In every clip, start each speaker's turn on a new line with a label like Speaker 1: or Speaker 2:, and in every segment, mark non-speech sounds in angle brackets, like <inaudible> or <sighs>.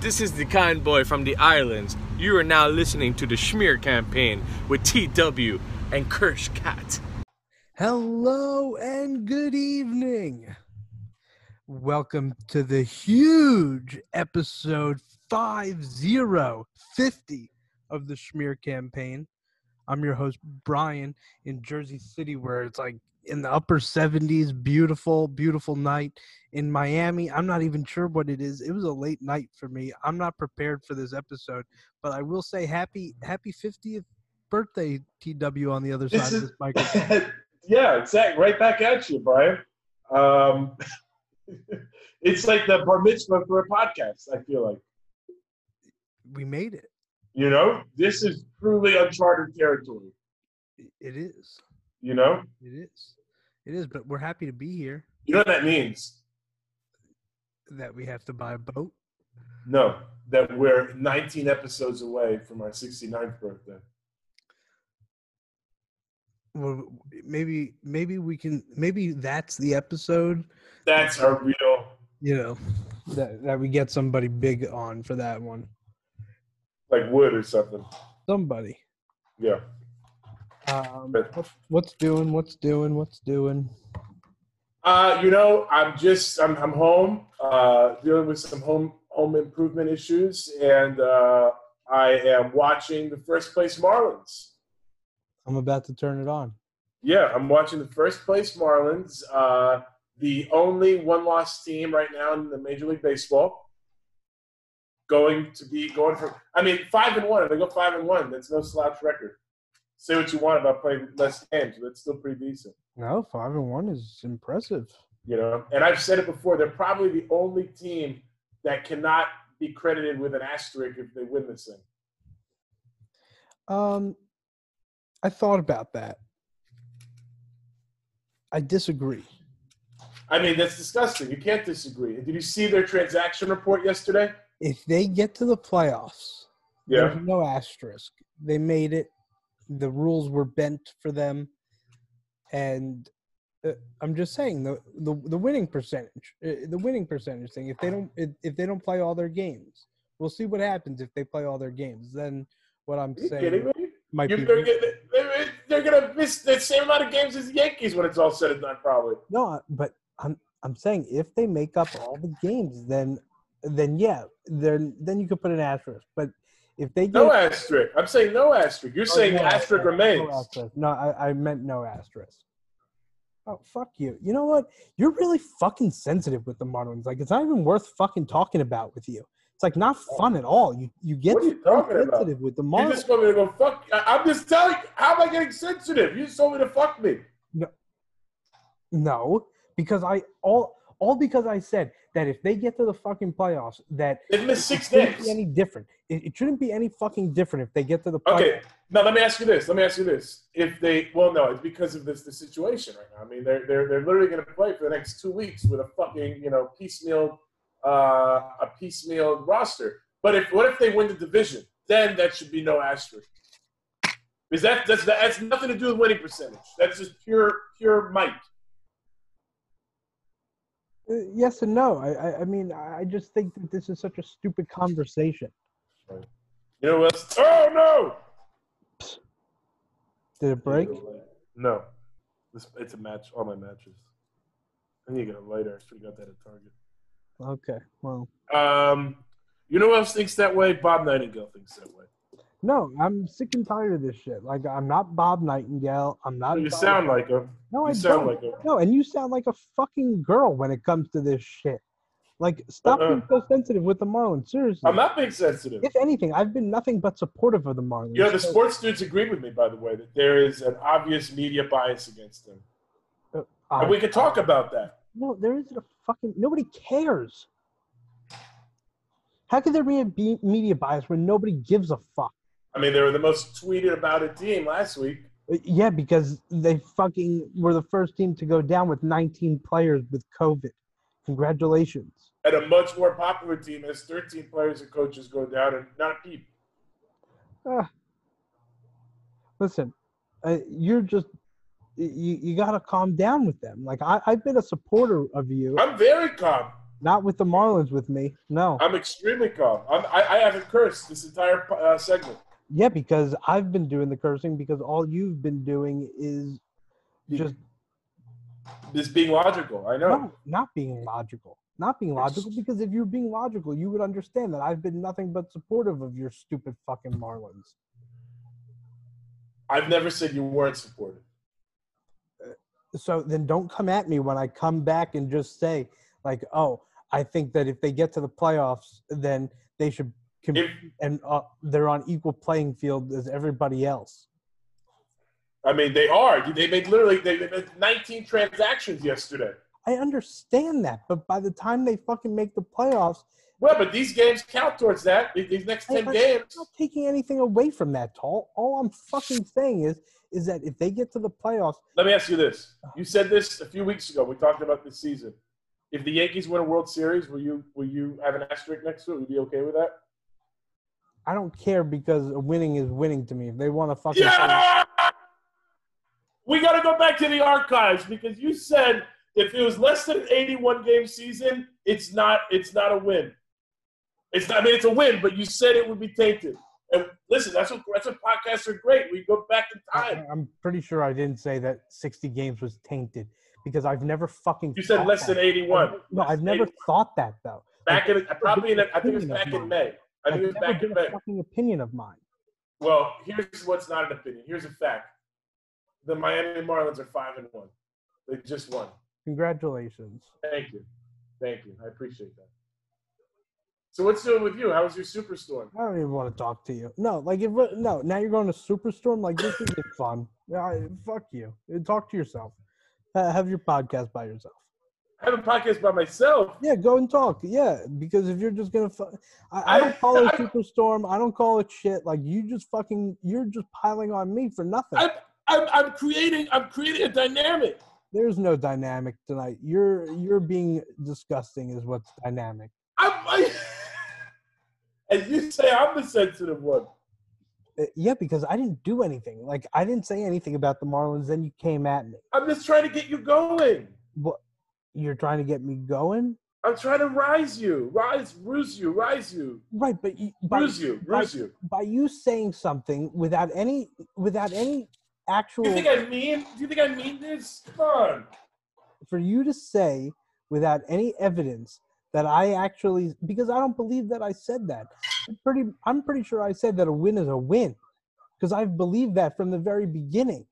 Speaker 1: This is the kind boy from the islands. You are now listening to the Schmear Campaign with TW and Kirsch Cat.
Speaker 2: Hello and good evening. Welcome to the huge episode 5050 of the Schmear campaign. I'm your host, Brian, in Jersey City, where it's like in the upper 70s, beautiful, beautiful night in Miami. I'm not even sure what it is. It was a late night for me. I'm not prepared for this episode, but I will say happy, happy 50th birthday, TW, on the other side
Speaker 3: This
Speaker 2: of
Speaker 3: is-
Speaker 2: this microphone.
Speaker 3: yeah, exactly. Right back at you, Brian. Um, <laughs> it's like the bar mitzvah for a podcast. I feel like
Speaker 2: we made it.
Speaker 3: you know this is truly uncharted territory.
Speaker 2: It- It is.
Speaker 3: You know,
Speaker 2: It is. It is, but we're happy to be here.
Speaker 3: you know what that means.
Speaker 2: That we have to buy a boat.
Speaker 3: No, that we're 19 episodes away from our 69th birthday.
Speaker 2: Well, maybe, maybe we can. Maybe that's the episode.
Speaker 3: That's our real.
Speaker 2: You know, that that we get somebody big on for that one.
Speaker 3: Like wood or something.
Speaker 2: Somebody.
Speaker 3: Yeah.
Speaker 2: Um,
Speaker 3: But-
Speaker 2: what's- what's doing? What's doing? What's doing?
Speaker 3: Uh, you know, I'm just I'm I'm home, uh, dealing with some home home improvement issues, and uh, I am watching the first place Marlins.
Speaker 2: I'm about to turn it on.
Speaker 3: Yeah, I'm watching the first place Marlins, uh, the only one loss team right now in the Major League Baseball. Going to be going for, I mean, five and one. If they go five and one, that's no slouch record. Say what you want about playing less games, but it's still pretty decent.
Speaker 2: No, five and one is impressive.
Speaker 3: you know. And I've said it before; they're probably the only team that cannot be credited with an asterisk if they win this thing.
Speaker 2: Um, I thought about that. I disagree.
Speaker 3: I mean, that's disgusting. You can't disagree. Did you see their transaction report yesterday?
Speaker 2: If they get to the playoffs, There's no asterisk. They made it. The rules were bent for them, and uh, I'm just saying the the, the winning percentage, uh, the winning percentage thing. If they don't if, if they don't play all their games, we'll see what happens if they play all their games. Then what I'm
Speaker 3: Are you kidding
Speaker 2: saying
Speaker 3: me?
Speaker 2: might
Speaker 3: You,
Speaker 2: be
Speaker 3: they're, gonna- they're- they're gonna miss the same amount of games as the Yankees when it's all said and done, probably.
Speaker 2: not. But I'm I'm saying if they make up all the games, then then yeah, then then you could put an asterisk. But if they get
Speaker 3: No asterisk. I'm saying no asterisk. You're
Speaker 2: Oh,
Speaker 3: saying
Speaker 2: no,
Speaker 3: the asterisk
Speaker 2: no,
Speaker 3: remains.
Speaker 2: No, asterisk. No, I, I meant no asterisk. Oh fuck you! You know what? You're really fucking sensitive with the Marlins. Like it's not even worth fucking talking about with you. It's like not fun at all. You you get
Speaker 3: Oh. What are you
Speaker 2: so
Speaker 3: talking about?
Speaker 2: sensitive with the
Speaker 3: You
Speaker 2: Marlins.
Speaker 3: just told me to go fuck. I- I'm just telling. How am I getting sensitive? You just told me to fuck me.
Speaker 2: No, because I all all because I said that if they get to the fucking playoffs, that
Speaker 3: They've missed six
Speaker 2: <laughs> it shouldn't
Speaker 3: days.
Speaker 2: be any different. It, it shouldn't be any fucking different if they get to the playoffs.
Speaker 3: Okay. Now let me ask you this. Let me ask you this. If they, well, no, it's because of this the situation right now. I mean, they're they're, they're literally going to play for the next two weeks with a fucking you know piecemeal uh, a piecemeal roster. But if what if they win the division? Then that should be no asterisk. Because that that's that has nothing to do with winning percentage. That's just pure pure might.
Speaker 2: Uh, yes and no. I, I I mean I I just think that this is such a stupid conversation.
Speaker 3: You know what? Else? Oh no!
Speaker 2: Did it break?
Speaker 3: No, This- it's a match. All my matches. I need to get a lighter. I should have got that at Target.
Speaker 2: Okay. Well,
Speaker 3: Um, you know who else thinks that way? Bob Nightingale thinks that way.
Speaker 2: no, I'm sick and tired of this shit. Like, I'm not Bob Nightingale. I'm not.
Speaker 3: You
Speaker 2: Bob-
Speaker 3: sound like him.
Speaker 2: No, I
Speaker 3: You sound
Speaker 2: don't.
Speaker 3: like him.
Speaker 2: no, and you sound like a fucking girl when it comes to this shit. Like, stop being so sensitive with the Marlins. Seriously.
Speaker 3: Uh-uh. I'm not being sensitive.
Speaker 2: if anything, I've been nothing but supportive of the Marlins.
Speaker 3: You know, the
Speaker 2: So-
Speaker 3: sports dudes agreed with me, by the way, that there is an obvious media bias against them.
Speaker 2: Uh,
Speaker 3: And we could talk about that.
Speaker 2: No, there isn't a fucking. Nobody cares. How could there be a be- media bias when nobody gives a fuck?
Speaker 3: I mean, they were the most tweeted about a team last week.
Speaker 2: Uh, Yeah, because they fucking were the first team to go down with 19 players with COVID. Congratulations.
Speaker 3: And a much more popular team has 13 players and coaches go down and not a peep.
Speaker 2: Listen, uh, you're just you, you got to calm down with them. Like I, I've been a supporter of you.
Speaker 3: I'm very calm.
Speaker 2: Not with the Marlins with me. No.
Speaker 3: I'm extremely calm. I'm, I, I haven't cursed this entire uh, segment.
Speaker 2: Yeah, because I've been doing the cursing because all you've been doing is just
Speaker 3: This being logical, I know.
Speaker 2: no, not being logical. Not being logical because if you were being logical, you would understand that I've been nothing but supportive of your stupid fucking Marlins.
Speaker 3: I've never said you weren't supportive.
Speaker 2: So then don't come at me when I come back and just say like, "Oh, I think that if they get to the playoffs, then they should com-
Speaker 3: If
Speaker 2: and uh, they're on equal playing field as everybody else."
Speaker 3: I mean, they are. They made literally they they made 19 transactions yesterday.
Speaker 2: I understand that, but by the time they fucking make the playoffs,
Speaker 3: Well, but these games count towards that. These- These next
Speaker 2: I-
Speaker 3: 10
Speaker 2: I-
Speaker 3: games.
Speaker 2: I'm not taking anything away from that, Tall. All I'm fucking saying is, is that if they get to the playoffs,
Speaker 3: Let me ask you this. You said this a few weeks ago. We talked about this season. If the Yankees win a World Series, will you will you have an asterisk next to it? Would you be okay with that?
Speaker 2: I don't care because winning is winning to me. If they want to fucking,
Speaker 3: Yeah! We got to go back to the archives because you said if it was less than an 81 game season, it's not it's not a win. It's not. I mean, it's a win, but you said it would be tainted. And listen, that's what that's what podcasts are great. We go back in
Speaker 2: I,
Speaker 3: time.
Speaker 2: I'm pretty sure I didn't say that 60 games was tainted because I've never fucking.
Speaker 3: You said
Speaker 2: thought
Speaker 3: less
Speaker 2: that.
Speaker 3: than 81.
Speaker 2: No, I've never thought that though.
Speaker 3: Back in probably in I think it was back in May. I think it was
Speaker 2: That's never
Speaker 3: back in
Speaker 2: been
Speaker 3: May.
Speaker 2: a fucking opinion of mine.
Speaker 3: Well, here's what's not an opinion. Here's a fact: the Miami Marlins are five and one. They just won.
Speaker 2: Congratulations.
Speaker 3: Thank you. Thank you. I appreciate that. So what's doing with you? How was your superstorm?
Speaker 2: I don't even want to talk to you. No, like if no, now you're going to Superstorm. Like this isn't fun. I, fuck you. Uh, Talk to yourself. Ha- Have your podcast by yourself.
Speaker 3: I have a podcast by myself.
Speaker 2: Yeah, go and talk. Yeah, because if you're just gonna, fu- I, I don't call it
Speaker 3: <laughs> I-
Speaker 2: Superstorm. I don't call it shit. Like you just fucking, you're just piling on me for nothing.
Speaker 3: I- I'm, I'm creating I'm creating a dynamic.
Speaker 2: There's no dynamic tonight. You're you're being disgusting. Is what's dynamic.
Speaker 3: I'm I, <laughs> as you say, I'm the sensitive one.
Speaker 2: Uh, Yeah, because I didn't do anything. Like I didn't say anything about the Marlins. Then you came at me.
Speaker 3: I'm just trying to get you going.
Speaker 2: What? You're trying to get me going.
Speaker 3: I'm trying to rise you, rise, ruse you, rise you,
Speaker 2: Right, but you, by,
Speaker 3: ruse you, ruse you.
Speaker 2: by you saying something without any without any actual
Speaker 3: Do you think I mean? Do you think I mean this? Come on.
Speaker 2: for you to say without any evidence that I actually because I don't believe that I said that. I'm pretty I'm pretty sure I said that a win is a win because I've believed that from the very beginning.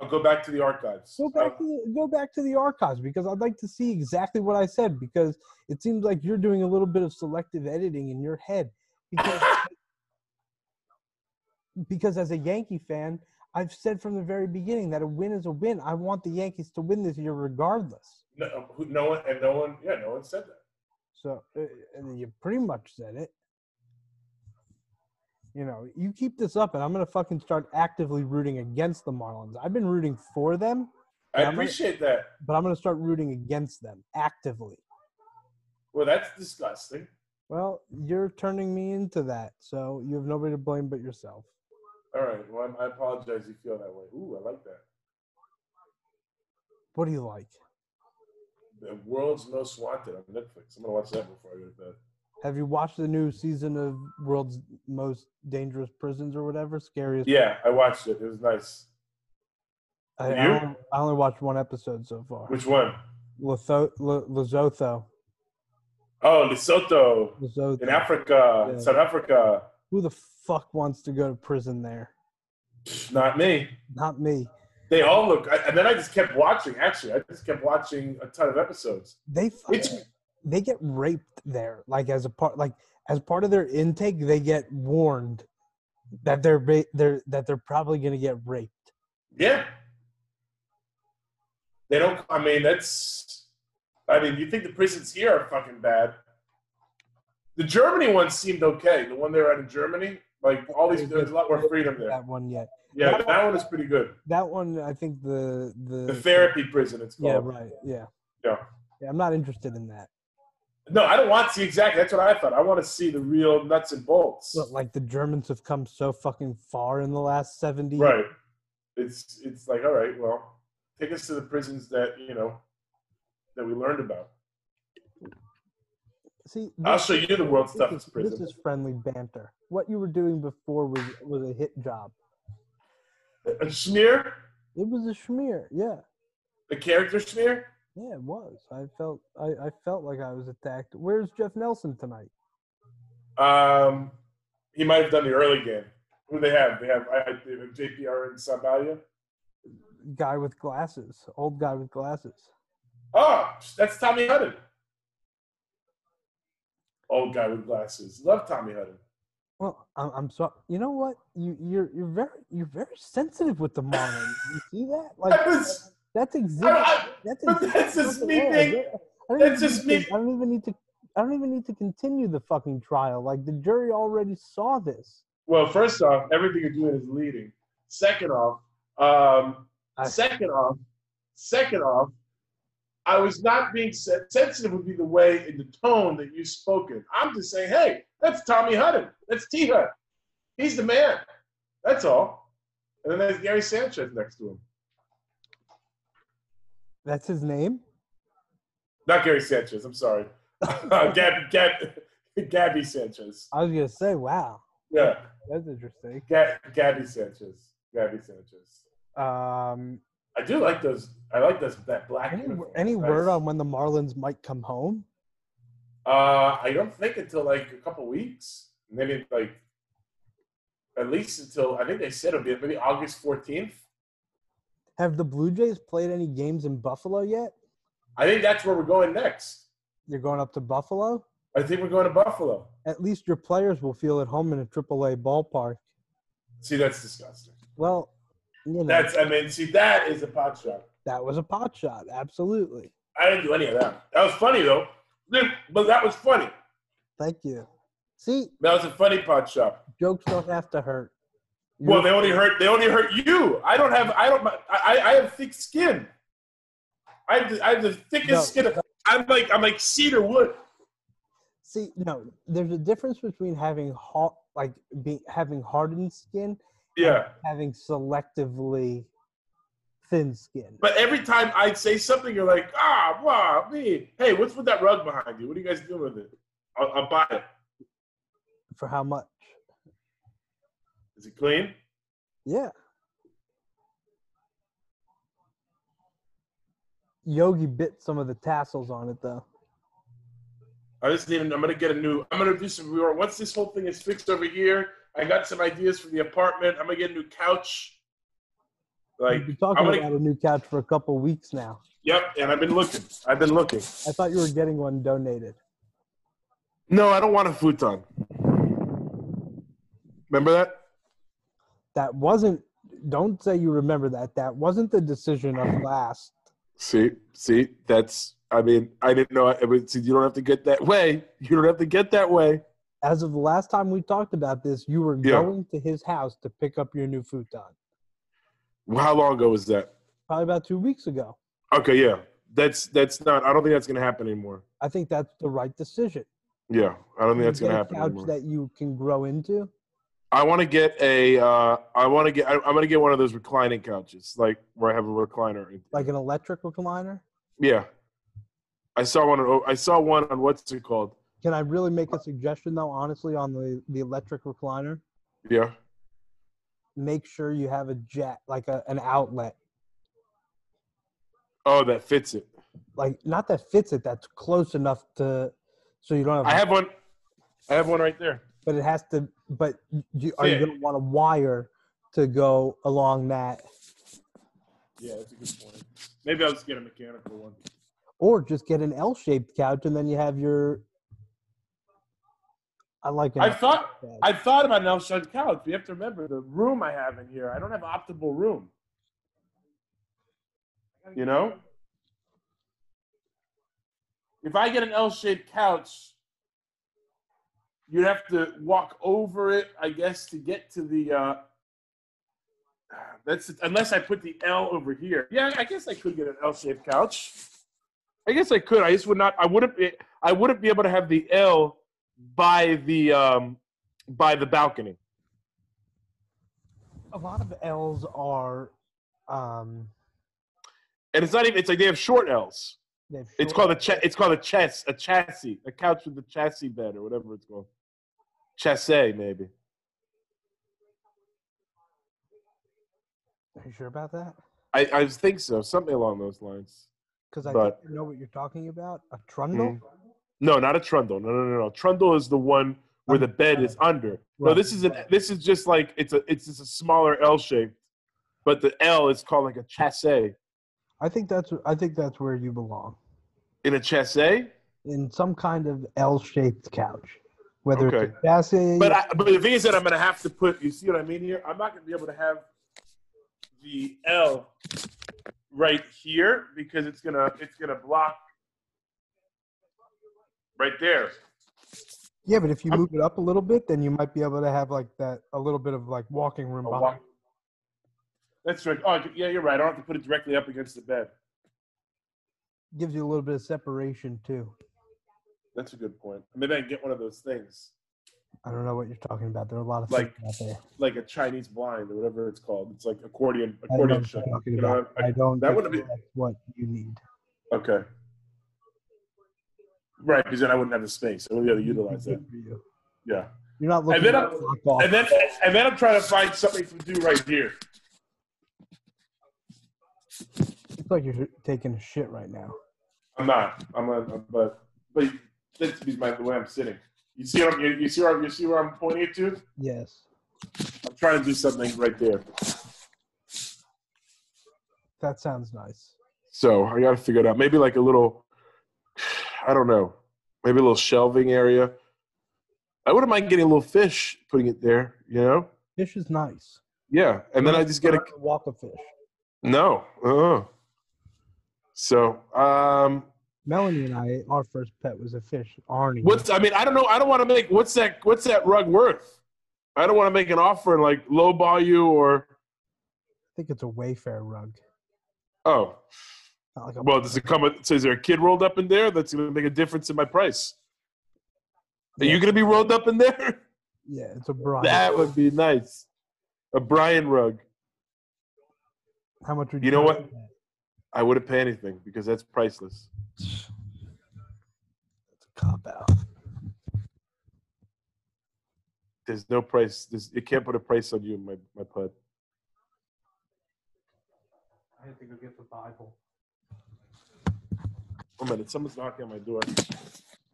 Speaker 3: I'll go back to the archives. Uh,
Speaker 2: Go
Speaker 3: I'll-
Speaker 2: back to the, go back to the archives because I'd like to see exactly what I said because it seems like you're doing a little bit of selective editing in your head because because as a Yankee fan, I've said from the very beginning that a win is a win. I want the Yankees to win this year regardless.
Speaker 3: No, who- no one and no one. Yeah, no one said that.
Speaker 2: So uh, and you pretty much said it. You know, you keep this up, and I'm gonna fucking start actively rooting against the Marlins. I've been rooting for them,
Speaker 3: I
Speaker 2: Yeah, I'm not-
Speaker 3: appreciate that.
Speaker 2: but I'm gonna start rooting against them actively.
Speaker 3: Well, that's disgusting.
Speaker 2: Well, you're turning me into that, so you have nobody to blame but yourself.
Speaker 3: All right. Well, I'm, I apologize. You feel that way. Ooh, I like that.
Speaker 2: What do you like?
Speaker 3: The world's most wanted on Netflix. I'm gonna watch that before I go to bed.
Speaker 2: Have you watched the new season of World's Most Dangerous Prisons or whatever? Scariest.
Speaker 3: Yeah, I watched it. It was nice.
Speaker 2: I, I,
Speaker 3: you?
Speaker 2: only, I only watched one episode so far.
Speaker 3: Which one?
Speaker 2: Lotho- Lo- Lesotho.
Speaker 3: Oh, Lesotho
Speaker 2: Lesotho.
Speaker 3: in Africa,
Speaker 2: Yeah.
Speaker 3: South Africa.
Speaker 2: Who the fuck wants to go to prison there?
Speaker 3: Psh, Not me.
Speaker 2: Not me.
Speaker 3: They all look. I, and then I just kept watching. Actually, I just kept watching a ton of episodes.
Speaker 2: They
Speaker 3: It's
Speaker 2: fucking, they get raped there. Like as a part, like as part of their intake, they get warned that they're ba- they're that they're probably gonna get raped.
Speaker 3: Yeah. They don't. I mean, that's. I mean, you think the prisons here are fucking bad? The Germany one seemed okay. The one they were at in Germany, like all these, there's a lot more freedom there.
Speaker 2: That one yet.
Speaker 3: Yeah, that one is pretty good.
Speaker 2: That one, I think the the,
Speaker 3: The therapy prison, it's
Speaker 2: Yeah,
Speaker 3: called.
Speaker 2: right. Yeah.
Speaker 3: Yeah.
Speaker 2: Yeah, I'm not interested in that.
Speaker 3: No, I don't want to see exactly. That's what I thought. I want to see the real nuts and bolts.
Speaker 2: But like the Germans have come so fucking far in the last seventy.
Speaker 3: Right. It's it's like all right. Well, take us to the prisons that you know that we learned about.
Speaker 2: See,
Speaker 3: I'll
Speaker 2: this-
Speaker 3: show you the world's
Speaker 2: this
Speaker 3: toughest
Speaker 2: is- This
Speaker 3: prison.
Speaker 2: is friendly banter. What you were doing before was was a hit job.
Speaker 3: A Schneer,
Speaker 2: It was a schmear. Yeah,
Speaker 3: the character Schneer.
Speaker 2: yeah, it was. I felt I, I felt like I was attacked. Where's Jeff Nelson tonight?
Speaker 3: Um, he might have done the early game. Who do they have? They have, I, they have JPR and Sabalia.
Speaker 2: Guy with glasses. Old guy with glasses.
Speaker 3: Oh, that's Tommy Hutton. Old guy with glasses. Love Tommy Hutton.
Speaker 2: Well, I'm, I'm sorry. You know what? You you're you're very you're very sensitive with the Marlins. You see that? Like
Speaker 3: That was,
Speaker 2: that's
Speaker 3: I,
Speaker 2: exhibit.
Speaker 3: I,
Speaker 2: That's,
Speaker 3: but
Speaker 2: exhibit
Speaker 3: that's just
Speaker 2: fucking
Speaker 3: me
Speaker 2: error.
Speaker 3: being-
Speaker 2: I don't
Speaker 3: that's
Speaker 2: even
Speaker 3: just
Speaker 2: need
Speaker 3: me-
Speaker 2: to- I don't even need to. I don't even need to continue the fucking trial. Like the jury already saw this.
Speaker 3: well, first off, everything you're doing is leading. Second off, um,
Speaker 2: I-
Speaker 3: second off, second off, I was not being sen- sensitive would be the way and the tone that you spoken. I'm just saying, hey, that's Tommy Hutton. That's T Hut. He's the man. That's all. And then there's Gary Sanchez next to him.
Speaker 2: That's his name.
Speaker 3: Not Gary Sanchez.
Speaker 2: <laughs>
Speaker 3: I'm sorry. Uh, Gab, Gab, Gabby Sanchez.
Speaker 2: I was gonna say, wow,
Speaker 3: Yeah,
Speaker 2: that's interesting.
Speaker 3: Ga- Gabby Sanchez. Gabby Sanchez.
Speaker 2: Um,
Speaker 3: I do like those. I like those that black.
Speaker 2: any
Speaker 3: uniform.
Speaker 2: any
Speaker 3: Nice.
Speaker 2: word on when the Marlins might come home?
Speaker 3: Uh, I don't think until like a couple weeks, maybe like at least until I think they said it'll be maybe August 14th.
Speaker 2: Have the Blue Jays played any games in Buffalo yet?
Speaker 3: I think that's where we're going next.
Speaker 2: You're going up to Buffalo.
Speaker 3: I think we're going to Buffalo.
Speaker 2: At least your players will feel at home in a AAA ballpark.
Speaker 3: See, that's disgusting.
Speaker 2: Well, you know
Speaker 3: That's I mean, see, that is a pot shot.
Speaker 2: that was a pot shot, absolutely.
Speaker 3: I didn't do any of that. That was funny though. <laughs> But that was funny.
Speaker 2: Thank you. See,
Speaker 3: That was a funny pot shot.
Speaker 2: jokes don't have to hurt.
Speaker 3: Well,
Speaker 2: You're-
Speaker 3: they only hurt. They only hurt you. I don't have. I don't. I. I I have thick skin. I have the, I have the thickest
Speaker 2: No.
Speaker 3: skin. I'm like. I'm like cedar wood.
Speaker 2: See, no, there's a difference between having hot, like be, having hardened skin,
Speaker 3: Yeah.
Speaker 2: having selectively thin skin.
Speaker 3: But every time I'd say something, you're like, ah, wow, me. Hey, what's with that rug behind you? What are you guys doing with it? I'll, I'll buy it.
Speaker 2: For how much?
Speaker 3: Is it clean?
Speaker 2: Yeah. Yogi bit some of the tassels on it though.
Speaker 3: I just even. I'm gonna get a new. I'm gonna do some rework. Once this whole thing is fixed over here, I got some ideas for the apartment. I'm gonna get a new couch. Like,
Speaker 2: We've been talking
Speaker 3: I'm gonna-
Speaker 2: about a new couch for a couple weeks now.
Speaker 3: yep. And I've been looking. I've been looking.
Speaker 2: I thought you were getting one donated.
Speaker 3: No, I don't want a futon. Remember that?
Speaker 2: That wasn't. Don't say you remember that. That wasn't the decision of last.
Speaker 3: See, see, that's. I mean, I didn't know. I mean, see, you don't have to get that way. You don't have to get that way.
Speaker 2: As of the last time we talked about this, you were
Speaker 3: Yeah.
Speaker 2: going to his house to pick up your new futon.
Speaker 3: How long ago was that?
Speaker 2: Probably about two weeks ago.
Speaker 3: Okay, yeah, that's that's not. I don't think that's gonna happen anymore.
Speaker 2: I think that's the right decision.
Speaker 3: Yeah, I don't think that's
Speaker 2: You
Speaker 3: gonna
Speaker 2: get a
Speaker 3: happen
Speaker 2: Couch
Speaker 3: anymore.
Speaker 2: that you can grow into.
Speaker 3: I want to get a. Uh, I want to get. I, I'm gonna get one of those reclining couches, like where I have a recliner.
Speaker 2: like an electric recliner?
Speaker 3: Yeah, I saw one. on- I saw one on what's it called?
Speaker 2: Can I really make a suggestion though, honestly, on the, the electric recliner?
Speaker 3: Yeah.
Speaker 2: Make sure you have a jet, like a, an outlet,
Speaker 3: Oh, that fits it.
Speaker 2: like not that fits it, that's close enough to, so you don't have,
Speaker 3: I have one. I have one right there.
Speaker 2: but it has to, but you, are you
Speaker 3: Fit.
Speaker 2: going to want a wire to go along that
Speaker 3: Yeah, that's a good point. Maybe I'll just get a mechanical one.
Speaker 2: or just get an L shaped couch and then you have your, I like an
Speaker 3: I thought
Speaker 2: L-shaped couch.
Speaker 3: I thought about an Elshon couch. You have to remember the room I have in here. I don't have optimal room. You know, if I get an L-shaped couch, you'd have to walk over it, I guess, to get to the. Uh, that's unless I put the L over here. Yeah, I guess I could get an L-shaped couch. I guess I could. I just would not. I wouldn't. Be, I wouldn't be able to have the L by the um, by the balcony.
Speaker 2: a lot of L's are, um,
Speaker 3: And it's not even. It's like they have short L's.
Speaker 2: They have
Speaker 3: It's
Speaker 2: short-
Speaker 3: called a cha- it's called a chess a chassis a couch with a chassis bed or whatever it's called. Chassé maybe.
Speaker 2: Are you sure about that?
Speaker 3: I, I think so. Something along those lines.
Speaker 2: Because I
Speaker 3: But- Mm-hmm.
Speaker 2: think I know what you're talking about. A trundle.
Speaker 3: No, not a trundle. No, no, no, no. Trundle is the one where the bed is under. No,
Speaker 2: Right.
Speaker 3: this is an this is just like it's a it's just a smaller L shape, but the L is called like a chassé.
Speaker 2: I think that's I think that's where you belong
Speaker 3: In a chassé,
Speaker 2: in some kind of L-shaped couch, whether
Speaker 3: Okay.
Speaker 2: it's a chassis.
Speaker 3: But I, but the thing is that I'm gonna have to put. You see what I mean here? I'm not gonna be able to have the L right here because it's gonna it's gonna block right there.
Speaker 2: yeah, but if you
Speaker 3: I'm-
Speaker 2: move it up a little bit, then you might be able to have like that a little bit of like walking room.
Speaker 3: A
Speaker 2: behind.
Speaker 3: walk- That's right. Oh yeah, you're right. I don't have to put it directly up against the bed.
Speaker 2: Gives you a little bit of separation too.
Speaker 3: That's a good point. Maybe I can get one of those things,
Speaker 2: I don't know what you're talking about. There are a lot of
Speaker 3: Like-
Speaker 2: things out there.
Speaker 3: like a Chinese blind or whatever it's called. It's like
Speaker 2: I
Speaker 3: accordion
Speaker 2: don't know
Speaker 3: accordion
Speaker 2: what
Speaker 3: shut.
Speaker 2: you're talking
Speaker 3: You know,
Speaker 2: about.
Speaker 3: I-
Speaker 2: I don't.
Speaker 3: that
Speaker 2: think
Speaker 3: would've been-
Speaker 2: that's what you need.
Speaker 3: okay. Right, because then I wouldn't have the space. I wouldn't be able to utilize that.
Speaker 2: Good for you.
Speaker 3: Yeah.
Speaker 2: You're not looking
Speaker 3: then
Speaker 2: at
Speaker 3: I'm-
Speaker 2: the clock off.
Speaker 3: And then and then I'm trying to find something to do right here.
Speaker 2: it's like you're taking a shit right now.
Speaker 3: I'm not. I'm a, I'm- but but that's be my the way I'm sitting. You see what I'm, you, you see where I'm, you see where I'm pointing it to?
Speaker 2: Yes.
Speaker 3: I'm trying to do something right there.
Speaker 2: That sounds nice.
Speaker 3: So I got to figure it out. Maybe like a little, I don't know, maybe a little shelving area. I wouldn't mind getting a little fish, putting it there. You know?
Speaker 2: Fish is nice.
Speaker 3: Yeah. And then I just get a
Speaker 2: walk a fish.
Speaker 3: no. Uh-uh. So um,
Speaker 2: Melanie and I, our first pet was a fish, Arnie.
Speaker 3: What's I mean, I don't know. I don't want to make what's that what's that rug worth? I don't want to make an offer and like lowball you or
Speaker 2: I think it's a Wayfair rug.
Speaker 3: oh
Speaker 2: Not like a,
Speaker 3: well does it come with so is there a kid rolled up in there? That's gonna make a difference in my price. Are you gonna be rolled up in there?
Speaker 2: yeah, it's a Brian.
Speaker 3: that would be nice. A Brian rug.
Speaker 2: How much would
Speaker 3: You
Speaker 2: you?
Speaker 3: know
Speaker 2: pay
Speaker 3: what?
Speaker 2: for that?
Speaker 3: I wouldn't pay anything because that's priceless.
Speaker 2: It's a cop out.
Speaker 3: There's no price. There's, it can't put a price on you, my my pud.
Speaker 2: I had to go get the Bible.
Speaker 3: One minute, someone's knocking on my door.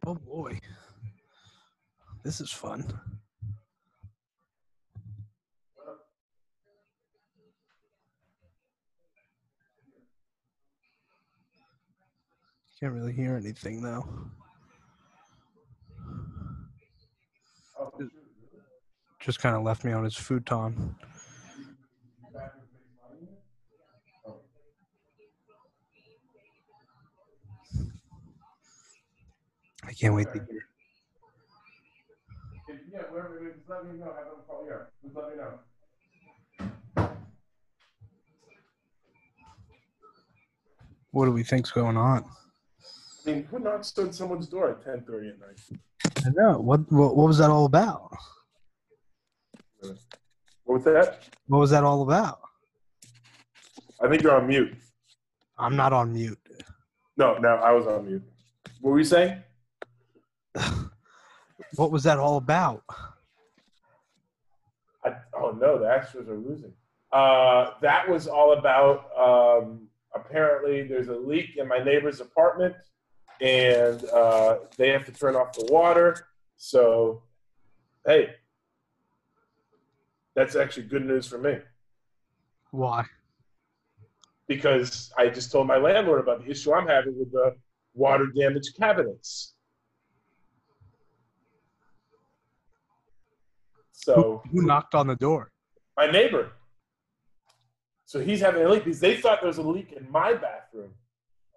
Speaker 2: Oh boy, this is fun. Can't really hear anything though. Just kind of left me on his futon. I can't wait to hear.
Speaker 3: Yeah, wherever it is, let me know. I have a call here. Just let me know.
Speaker 2: What do we think's going on?
Speaker 3: I mean, who knocks on someone's door at ten thirty at night?
Speaker 2: I know. What, what what was that all about?
Speaker 3: What was that?
Speaker 2: What was that all about?
Speaker 3: I think you're on mute.
Speaker 2: I'm not on mute.
Speaker 3: No, no, I was on mute. What were you saying?
Speaker 2: What was that all about?
Speaker 3: I, oh no, the Astros are losing. Uh, that was all about. Um, apparently, there's a leak in my neighbor's apartment, and uh, they have to turn off the water. So, hey, that's actually good news for me.
Speaker 2: Why?
Speaker 3: because I just told my landlord about the issue I'm having with the water damaged cabinets. So
Speaker 2: Who knocked on the door?
Speaker 3: my neighbor. So he's having a leak because they thought there was a leak in my bathroom,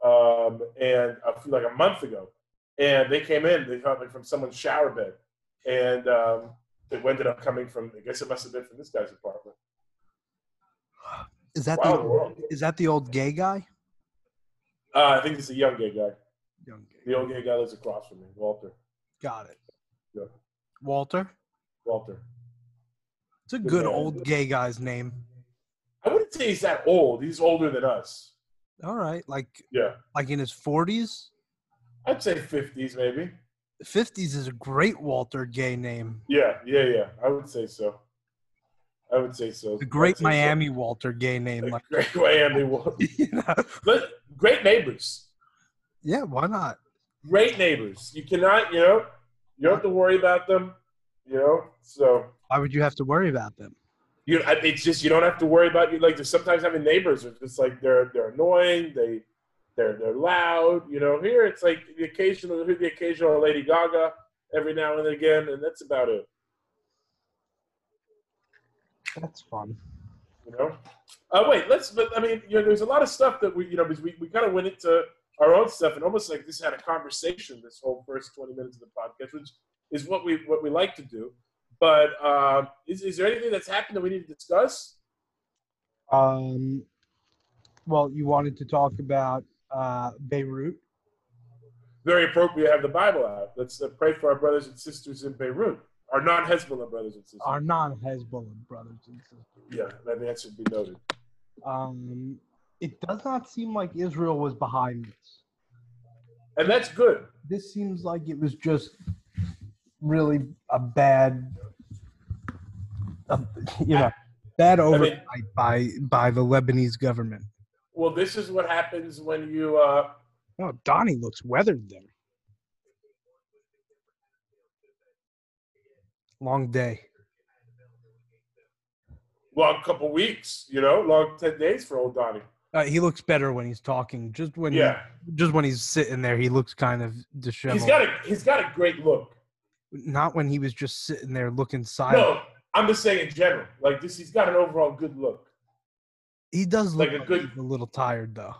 Speaker 3: um, and a few, like a month ago, and they came in. They thought like from someone's shower bed, and um, it ended up coming from. I guess it must have been from this guy's apartment.
Speaker 2: Is that
Speaker 3: Wild
Speaker 2: the
Speaker 3: world.
Speaker 2: is that the old gay guy?
Speaker 3: Uh, I think it's a young gay guy.
Speaker 2: Young gay.
Speaker 3: The old gay guy lives across from me, Walter.
Speaker 2: Got it.
Speaker 3: Yeah.
Speaker 2: Walter.
Speaker 3: Walter.
Speaker 2: It's a
Speaker 3: Good
Speaker 2: good
Speaker 3: man.
Speaker 2: old gay guy's name.
Speaker 3: I wouldn't say he's that old. He's older than us.
Speaker 2: All right, like
Speaker 3: Yeah,
Speaker 2: like in his forties.
Speaker 3: I'd say 50s maybe.
Speaker 2: Fifties is a great Walter Gay name.
Speaker 3: Yeah, yeah, yeah. I would say so. I would say so.
Speaker 2: The
Speaker 3: I'd
Speaker 2: great
Speaker 3: say so.
Speaker 2: Miami Walter Gay name.
Speaker 3: <laughs>
Speaker 2: Like, <laughs>
Speaker 3: Great Miami. Wa-
Speaker 2: you know?
Speaker 3: Look, great neighbors.
Speaker 2: Yeah, why not?
Speaker 3: Great neighbors. You cannot, you know, you don't have to worry about them. You know, so
Speaker 2: Why would you have to worry about them?
Speaker 3: you. I- It's just you don't have to worry about you. Like there's sometimes having neighbors are just like they're they're annoying. They they're they're loud. You know, here it's like the occasional the occasional Lady Gaga every now and again, and that's about it.
Speaker 2: That's fun.
Speaker 3: you know. Uh, wait, let's. But I mean, you know, there's a lot of stuff that we, you know, because we, we kind of went into our own stuff and almost like this had a conversation this whole first 20 minutes of the podcast, which is what we what we like to do. But um, is is there anything that's happened that we need to discuss?
Speaker 2: Um, well, you wanted to talk about uh, Beirut.
Speaker 3: Very appropriate to have the Bible out. Let's uh, pray for our brothers and sisters in Beirut, our non-Hezbollah brothers and sisters.
Speaker 2: Our non-Hezbollah brothers and sisters.
Speaker 3: yeah, I think that should be noted.
Speaker 2: Um, it does not seem like Israel was behind this.
Speaker 3: And that's good.
Speaker 2: This seems like it was just really a bad, a, you know, bad oversight by by the Lebanese government.
Speaker 3: Well, this is what happens when you uh,
Speaker 2: Oh, Donnie looks weathered there. Long day.
Speaker 3: long couple weeks, you know, long 10 days for old Donnie.
Speaker 2: Uh, he looks better when he's talking. Just when he-
Speaker 3: Yeah.
Speaker 2: just when he's sitting there, he looks kind of disheveled.
Speaker 3: He's got a he's got a great look.
Speaker 2: Not when he was just sitting there looking silent.
Speaker 3: No, I'm just saying in general. Like this, he's got an overall good look.
Speaker 2: He does look
Speaker 3: Like a
Speaker 2: like
Speaker 3: good-
Speaker 2: he's a little tired though.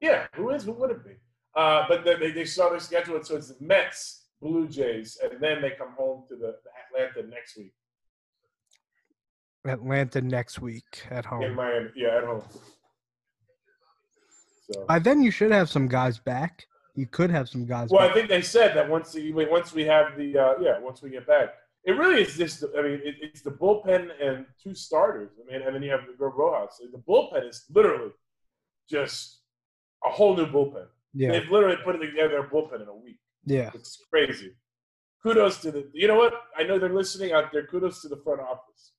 Speaker 3: Yeah, who is? Who wouldn't be? Uh, but then they, they saw their schedule, and so it's the Mets, Blue Jays, and then they come home to the Atlanta next week
Speaker 2: Atlanta next week at
Speaker 3: in
Speaker 2: home.
Speaker 3: Miami. Yeah, at home. So,
Speaker 2: By then you should have some guys back. You could have some guys
Speaker 3: well, I
Speaker 2: back.
Speaker 3: think they said that once the, once we have the uh, yeah once we get back, it really is just. I mean, it, it's the bullpen and two starters. I mean, and then you have the Rojas. Like, the bullpen is literally just a whole new bullpen.
Speaker 2: Yeah.
Speaker 3: They've literally put together their bullpen in a week.
Speaker 2: Yeah.
Speaker 3: It's crazy. Kudos to the. You know what? I know they're listening out there. Kudos to the front office.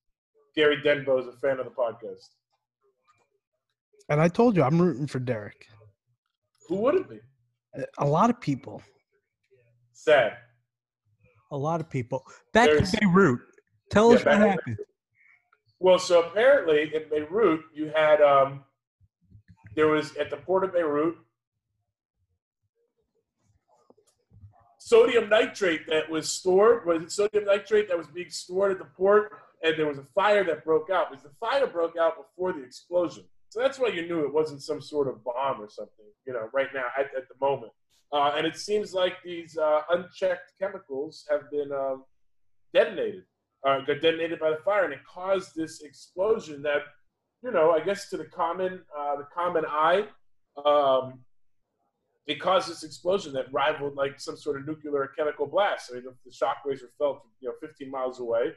Speaker 3: Gary Denbo is a fan of the podcast.
Speaker 2: And I told you I'm rooting for Derek.
Speaker 3: Who wouldn't be?
Speaker 2: A- A lot of people.
Speaker 3: Sad.
Speaker 2: A lot of people. Back
Speaker 3: There's-
Speaker 2: to Beirut. Tell
Speaker 3: Yeah,
Speaker 2: us what
Speaker 3: back-
Speaker 2: happened.
Speaker 3: Well, so apparently in Beirut, you had um, there was at the port of Beirut sodium nitrate that was stored. Was it sodium nitrate that was being stored at the port? And there was a fire that broke out. Because the fire broke out before the explosion, so that's why you knew it wasn't some sort of bomb or something. You know, right now at, at the moment, uh, and it seems like these uh, unchecked chemicals have been um, detonated uh, got detonated by the fire, and it caused this explosion that, you know, I guess to the common uh, the common eye, um, it caused this explosion that rivaled like some sort of nuclear or chemical blast. I mean, the, the shockwaves were felt, you know, 15 miles away.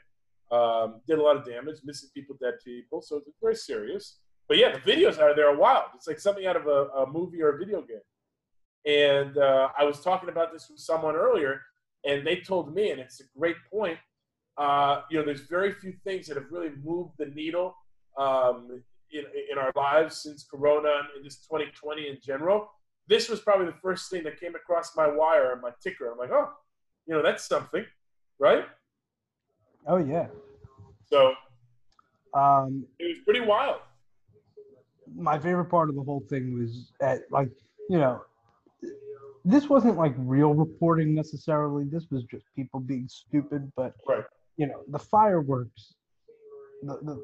Speaker 3: Um, did a lot of damage, missing people, dead people. So it's very serious. But yeah, the videos out of there are wild. It's like something out of a, a movie or a video game. And uh, I was talking about this with someone earlier, and they told me, and it's a great point uh, you know, there's very few things that have really moved the needle um, in, in our lives since Corona and just 2020 in general. This was probably the first thing that came across my wire and my ticker. I'm like, oh, you know, that's something, right?
Speaker 2: Oh yeah.
Speaker 3: So
Speaker 2: Um
Speaker 3: it was pretty wild.
Speaker 2: my favorite part of the whole thing was at like you know this wasn't like real reporting necessarily this was just people being stupid but
Speaker 3: Right.
Speaker 2: you know the fireworks the, the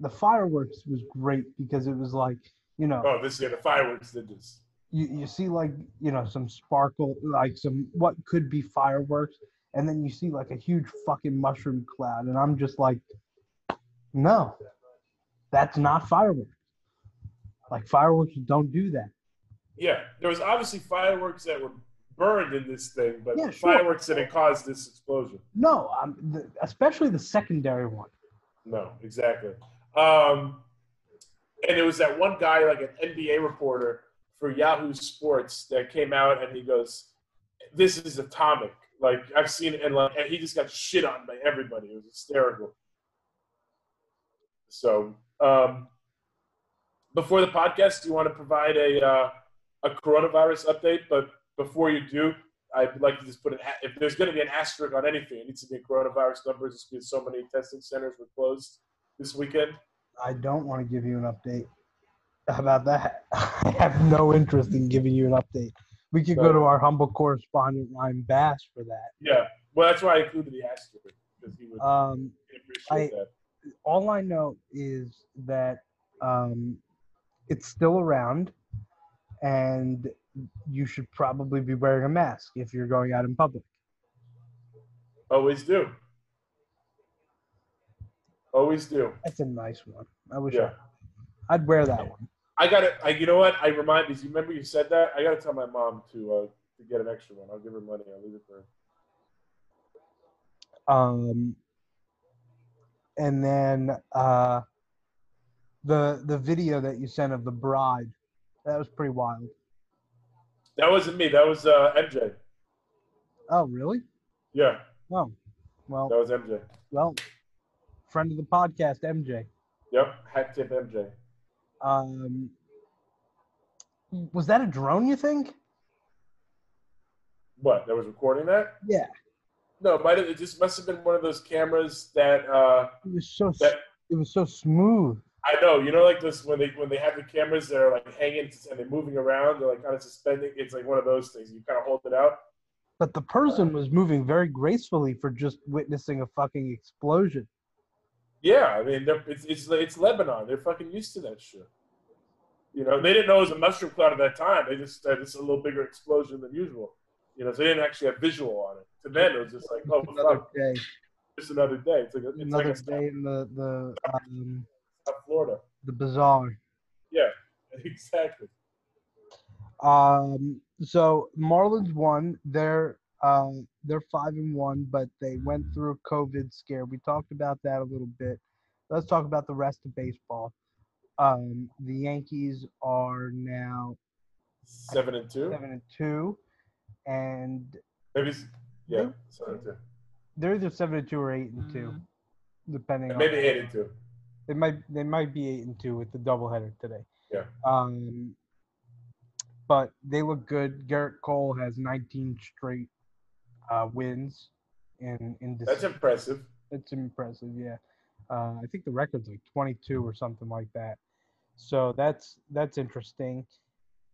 Speaker 2: the fireworks was great because it was like you know
Speaker 3: Oh, this yeah, the fireworks did this.
Speaker 2: you, you see like you know some sparkle like some what could be fireworks and then you see like a huge fucking mushroom cloud and i'm just like no that's not fireworks like fireworks don't do that
Speaker 3: Yeah, there was obviously fireworks that were burned in this thing, but
Speaker 2: Yeah,
Speaker 3: the
Speaker 2: sure.
Speaker 3: fireworks that had caused this explosion.
Speaker 2: no I'm, the, especially the secondary one
Speaker 3: No, exactly. Um, and it was that one guy, like an NBA reporter, for Yahoo Sports that came out, and he goes, "This is atomic." Like I've seen, it and like and he just got shit on by everybody. It was hysterical. So, um, before the podcast, do you want to provide a uh, a coronavirus update? But before you do, I'd like to just put an a- if there's going to be an asterisk on anything, it needs to be coronavirus numbers. Just because so many testing centers were closed this weekend.
Speaker 2: I don't want to give you an update. How about that? <laughs> I have no interest in giving you an update. We could go to our humble correspondent, Ryan Bass, for that.
Speaker 3: Yeah, well, that's why I included the asterisk because he would
Speaker 2: Um,
Speaker 3: appreciate that.
Speaker 2: all I know is that um, it's still around, and you should probably be wearing a mask if you're going out in public.
Speaker 3: Always do. Always do.
Speaker 2: That's a nice one. I wish
Speaker 3: Yeah.
Speaker 2: I, I'd wear that one.
Speaker 3: I got to I, you know what? I remind you. Remember you said that? I got to tell my mom to uh, to get an extra one. I'll give her money. I'll leave it for her.
Speaker 2: Um, and then uh, the the video that you sent of the bride, that was pretty wild.
Speaker 3: That wasn't me. That was uh, MJ.
Speaker 2: Oh, really?
Speaker 3: Yeah,
Speaker 2: Oh, well,
Speaker 3: that was MJ.
Speaker 2: well, friend of the podcast, MJ.
Speaker 3: Yep, hat tip MJ.
Speaker 2: Um, was that a drone? You think?
Speaker 3: What? That was recording that?
Speaker 2: Yeah,
Speaker 3: No, it might have, it just must have been one of those cameras that uh,
Speaker 2: it was so s
Speaker 3: That-
Speaker 2: it was so smooth.
Speaker 3: I know. You know, like this when they when they have the cameras that are like hanging and they're moving around. They're like kind of suspending. It's like one of those things. You kind of hold it out.
Speaker 2: But the person was moving very gracefully for just witnessing a fucking explosion.
Speaker 3: Yeah, I mean, they're, it's it's it's Lebanon. They're fucking used to that shit. You know, they didn't know it was a mushroom cloud at that time. They just uh, just a little bigger explosion than usual. You know, so they didn't actually have visual on it. To them, it was just like, oh
Speaker 2: Another
Speaker 3: fuck,
Speaker 2: day,
Speaker 3: just another day. It's like a- it's
Speaker 2: another
Speaker 3: like a
Speaker 2: day in the the um,
Speaker 3: South Florida. <laughs>
Speaker 2: the bazaar.
Speaker 3: Exactly.
Speaker 2: Um, so Marlins won. They're um, they're five and one, but they went through a COVID scare. We talked about that a little bit. Let's talk about the rest of baseball. Um, the Yankees are now
Speaker 3: Seven and two.
Speaker 2: seven and two, and
Speaker 3: Maybe. it's- Yeah, seven and two.
Speaker 2: they're either seven and two or eight and two, depending on
Speaker 3: Maybe eight and two.
Speaker 2: They might they might be eight and two with the doubleheader today.
Speaker 3: Yeah.
Speaker 2: Um, but they look good. Garrett Cole has 19 straight uh, wins in in
Speaker 3: That's
Speaker 2: December.
Speaker 3: impressive.
Speaker 2: That's impressive. Yeah. Uh, I think the record's like 22 or something like that. So that's that's interesting.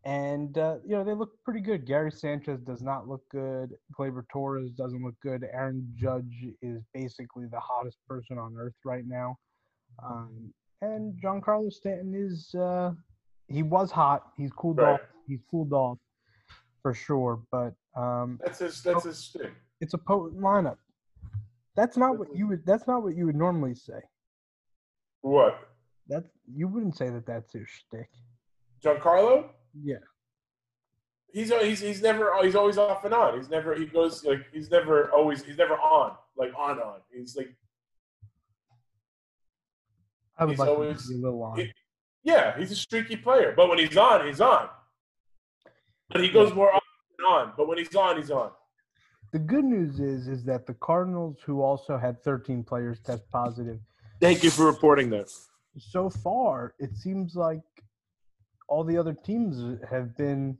Speaker 2: And uh, you know they look pretty good. Gary Sanchez does not look good. Gleyber Torres doesn't look good. Aaron Judge is basically the hottest person on earth right now. Um, and John Carlos Stanton is uh, he was hot. He's cooled
Speaker 3: Right.
Speaker 2: off. He's cooled off for sure. But um,
Speaker 3: That's his. That's his thing.
Speaker 2: it's a potent lineup. That's not what you would. That's not what you would normally say.
Speaker 3: What?
Speaker 2: That's you wouldn't say that. That's your shtick.
Speaker 3: Giancarlo?
Speaker 2: Yeah.
Speaker 3: He's al- he's he's never uh, he's always off and on. He's never he goes like he's never always he's never on like on on. He's like
Speaker 2: I would
Speaker 3: He's
Speaker 2: like
Speaker 3: always-
Speaker 2: to give you a little on.
Speaker 3: it- yeah, he's a streaky player. But when he's on, he's on. But he goes more on and on. But when he's on, he's on.
Speaker 2: the good news is, is that the Cardinals, who also had 13 players test positive,
Speaker 3: Thank you for reporting that.
Speaker 2: so far it seems like all the other teams have been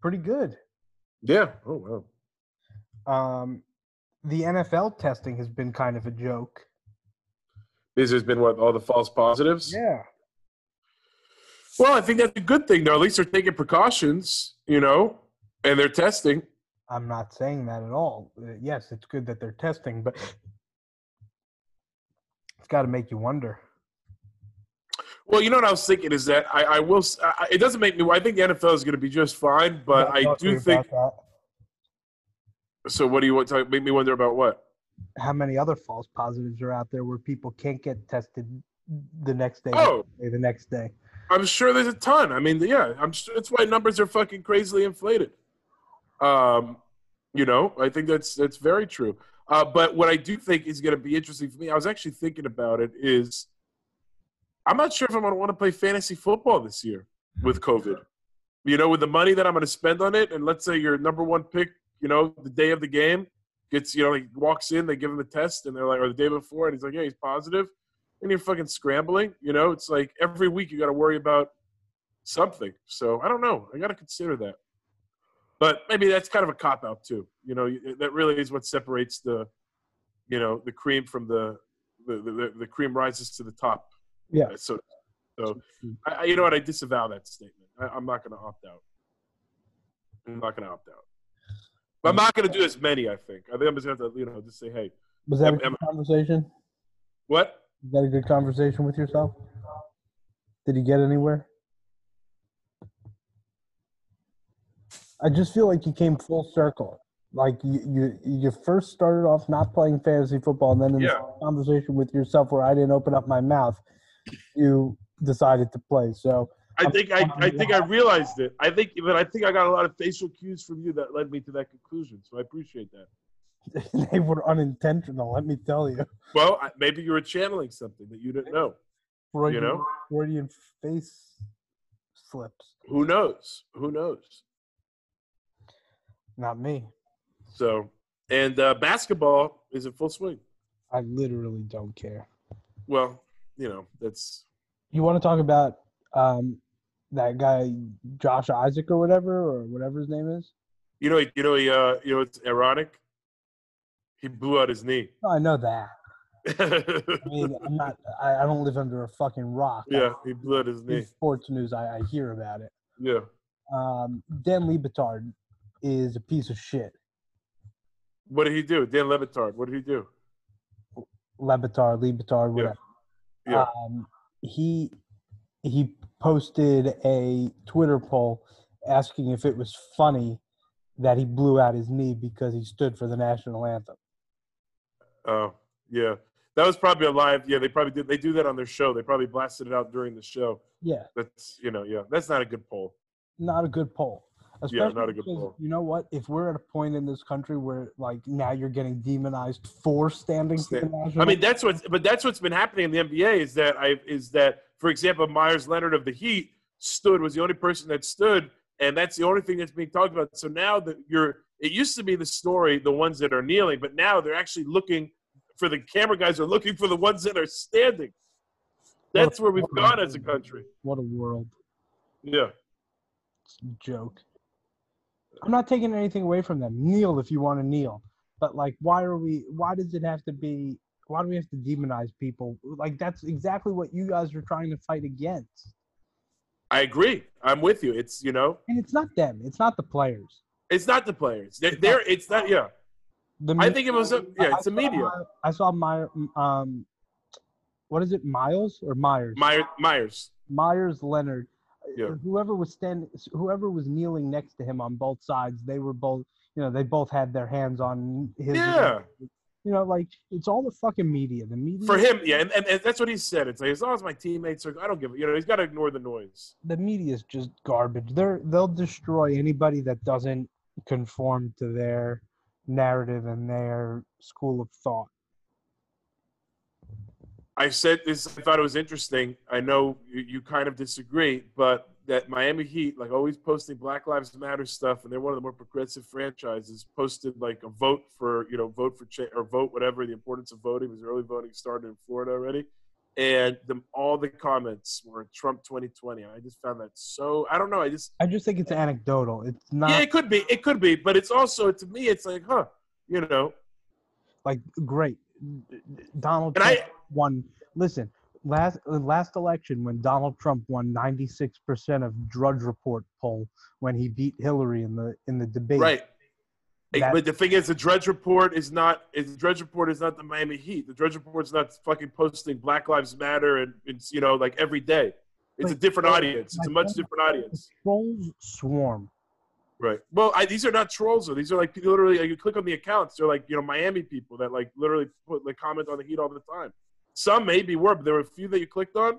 Speaker 2: pretty good.
Speaker 3: Yeah. Oh wow.
Speaker 2: Um, the NFL testing has been kind of a joke.
Speaker 3: This has been what all the false positives.
Speaker 2: Yeah.
Speaker 3: Well, I think that's a good thing though. At least they're taking precautions, you know, and they're testing.
Speaker 2: I'm not saying that at all. Uh, Yes, it's good that they're testing, but it's got to make you wonder.
Speaker 3: Well, you know what I was thinking is that I, I will. s- I- I- it doesn't make me. I think the NFL is going to be just fine, but
Speaker 2: Not
Speaker 3: I
Speaker 2: talking
Speaker 3: do
Speaker 2: about
Speaker 3: think.
Speaker 2: that.
Speaker 3: So, what do you want to make me wonder about? What?
Speaker 2: how many other false positives are out there where people can't get tested the next day,
Speaker 3: Oh.
Speaker 2: the next day.
Speaker 3: I'm sure there's a ton. I mean, yeah, I'm sure that's why numbers are fucking crazily inflated. Um, you know, I think that's that's very true. Uh, but what I do think is going to be interesting for me, I was actually thinking about it, is I'm not sure if I'm going to want to play fantasy football this year with COVID. you know, with the money that I'm going to spend on it, and let's say your number one pick, you know, the day of the game gets, you know, like walks in, they give him the test, and they're like, or the day before, and he's like, yeah, he's positive, and you're fucking scrambling. You know, it's like every week you got to worry about something. So I don't know. I got to consider that. But maybe that's kind of a cop out too. You know, that really is what separates the, you know, the cream from the, the the, the cream rises to the top.
Speaker 4: Yeah.
Speaker 3: uh, So, so I, I- you know what? I disavow that statement. I, I'm not going to opt out. I'm not going to opt out. But I'm not going to do as many. I think. I think I'm just going to, you know, just say, hey,
Speaker 2: Was that a
Speaker 3: Am- am-
Speaker 2: good conversation?
Speaker 3: what?
Speaker 2: Was that a good conversation with yourself? Did you get anywhere? I just feel like you came full circle. Like you, you, you first started off not playing fantasy football, and then in
Speaker 3: Yeah.
Speaker 2: the conversation with yourself, where I didn't open up my mouth, you decided to play. So <laughs>
Speaker 3: I think I, I think I realized it. I think, but I think I got a lot of facial cues from you that led me to that conclusion. So I appreciate that.
Speaker 2: they were unintentional. Let me tell you,
Speaker 3: Well, I- maybe you were channeling something that you didn't know.
Speaker 2: Freudian,
Speaker 3: know?
Speaker 2: Freudian face slips.
Speaker 3: Who knows? Who knows?
Speaker 2: Not me.
Speaker 3: So, and uh, basketball is in full swing.
Speaker 2: I literally don't care.
Speaker 3: Well, you know that's
Speaker 2: You want to talk about um, that guy Josh Isaac or whatever or whatever his name is?
Speaker 3: you know you know he, uh, you know it's ironic. He blew out his knee. <laughs>
Speaker 2: No, I know that. I
Speaker 3: yeah,
Speaker 2: mean, I'm not. I, I don't live under a fucking rock.
Speaker 3: he blew out his knee.
Speaker 2: In sports news, I, I hear about it.
Speaker 3: Yeah,
Speaker 2: Um, Dan Liebetard is a piece of shit.
Speaker 3: what did he do? Dan Levitard. What did he do?
Speaker 2: Lebetard, Liebetard,
Speaker 3: Yeah.
Speaker 2: whatever.
Speaker 3: Yeah.
Speaker 2: Um, he he posted a Twitter poll asking if it was funny that he blew out his knee because he stood for the national anthem.
Speaker 3: Oh, yeah. That was probably a live. Yeah, they probably did. They do that on their show. They probably blasted it out during the show.
Speaker 2: Yeah,
Speaker 3: That's you know, yeah. That's not a good poll.
Speaker 2: not a good poll.
Speaker 3: Yeah,
Speaker 2: Especially
Speaker 3: not a good
Speaker 2: because,
Speaker 3: poll.
Speaker 2: You know what? If we're at a point in this country where like now you're getting demonized for standing for the
Speaker 3: Stand-
Speaker 2: national
Speaker 3: I mean, that's what's. But that's what's been happening in the NBA is that I is that for example, Myers Leonard of the Heat stood was the only person that stood, and that's the only thing that's being talked about. So now that you're, it used to be the story, the ones that are kneeling, but now they're actually looking for the camera guys are looking for the ones that are standing. That's where we've gone as a country.
Speaker 2: what a world
Speaker 3: Yeah.
Speaker 2: joke. I'm not taking anything away from them. Kneel if you want to kneel. But like why are we why does it have to be why do we have to demonize people? Like that's exactly what you guys are trying to fight against.
Speaker 3: I agree. I'm with you. It's you know,
Speaker 2: And it's not them, it's not the players.
Speaker 3: it's not the players. They're, they're it's not. Yeah,
Speaker 2: The
Speaker 3: I
Speaker 2: me-
Speaker 3: think it was. A, yeah, it's the
Speaker 2: I saw
Speaker 3: media.
Speaker 2: My- I saw my um what is it? Miles or Myers?
Speaker 3: Myers, Myers.
Speaker 2: Myers Leonard, uh,
Speaker 3: Yeah.
Speaker 2: whoever was standing, whoever was kneeling next to him on both sides, they were both, you know, they both had their hands on his.
Speaker 3: Yeah,
Speaker 2: You know, like it's all the fucking media. The media.
Speaker 3: for him. Yeah, and, and, and that's what he said. It's like as long as my teammates are, I don't give. a- You know, he's got to ignore the noise.
Speaker 2: The media is just garbage. They're they'll destroy anybody that doesn't conform to their narrative and their school of thought.
Speaker 3: I said this. I thought it was interesting. I know you, you kind of disagree, but that Miami Heat, like always posting Black Lives Matter stuff, and they're one of the more progressive franchises. Posted like a vote for you know vote for cha- or vote whatever the importance of voting was. Early voting started in Florida already, and the, all the comments were Trump 2020. I just found that so. I don't know. I just
Speaker 2: I just think it's anecdotal. It's not
Speaker 3: yeah, it could be. It could be, but it's also to me, it's like huh, you know.
Speaker 2: like great. Donald
Speaker 3: And
Speaker 2: Trump
Speaker 3: I
Speaker 2: won. Listen, last uh, last election when Donald Trump won 96 percent of Drudge Report poll when he beat Hillary in the in the debate.
Speaker 3: Right. Hey,
Speaker 2: That-
Speaker 3: but the thing is, the Dredge Report is not. Is, the Dredge Report is not the Miami Heat. The Dredge Report's not fucking posting Black Lives Matter and it's you know like every day. It's a
Speaker 2: But-
Speaker 3: different audience. It's a much different
Speaker 2: The
Speaker 3: audience.
Speaker 2: trolls swarm.
Speaker 3: Right. Well, I, these are not trolls though. These are like literally. Like, you click on the accounts. They're like you know Miami people that like literally put like comment on the Heat all the time. Some maybe were, but there were a few that you clicked on.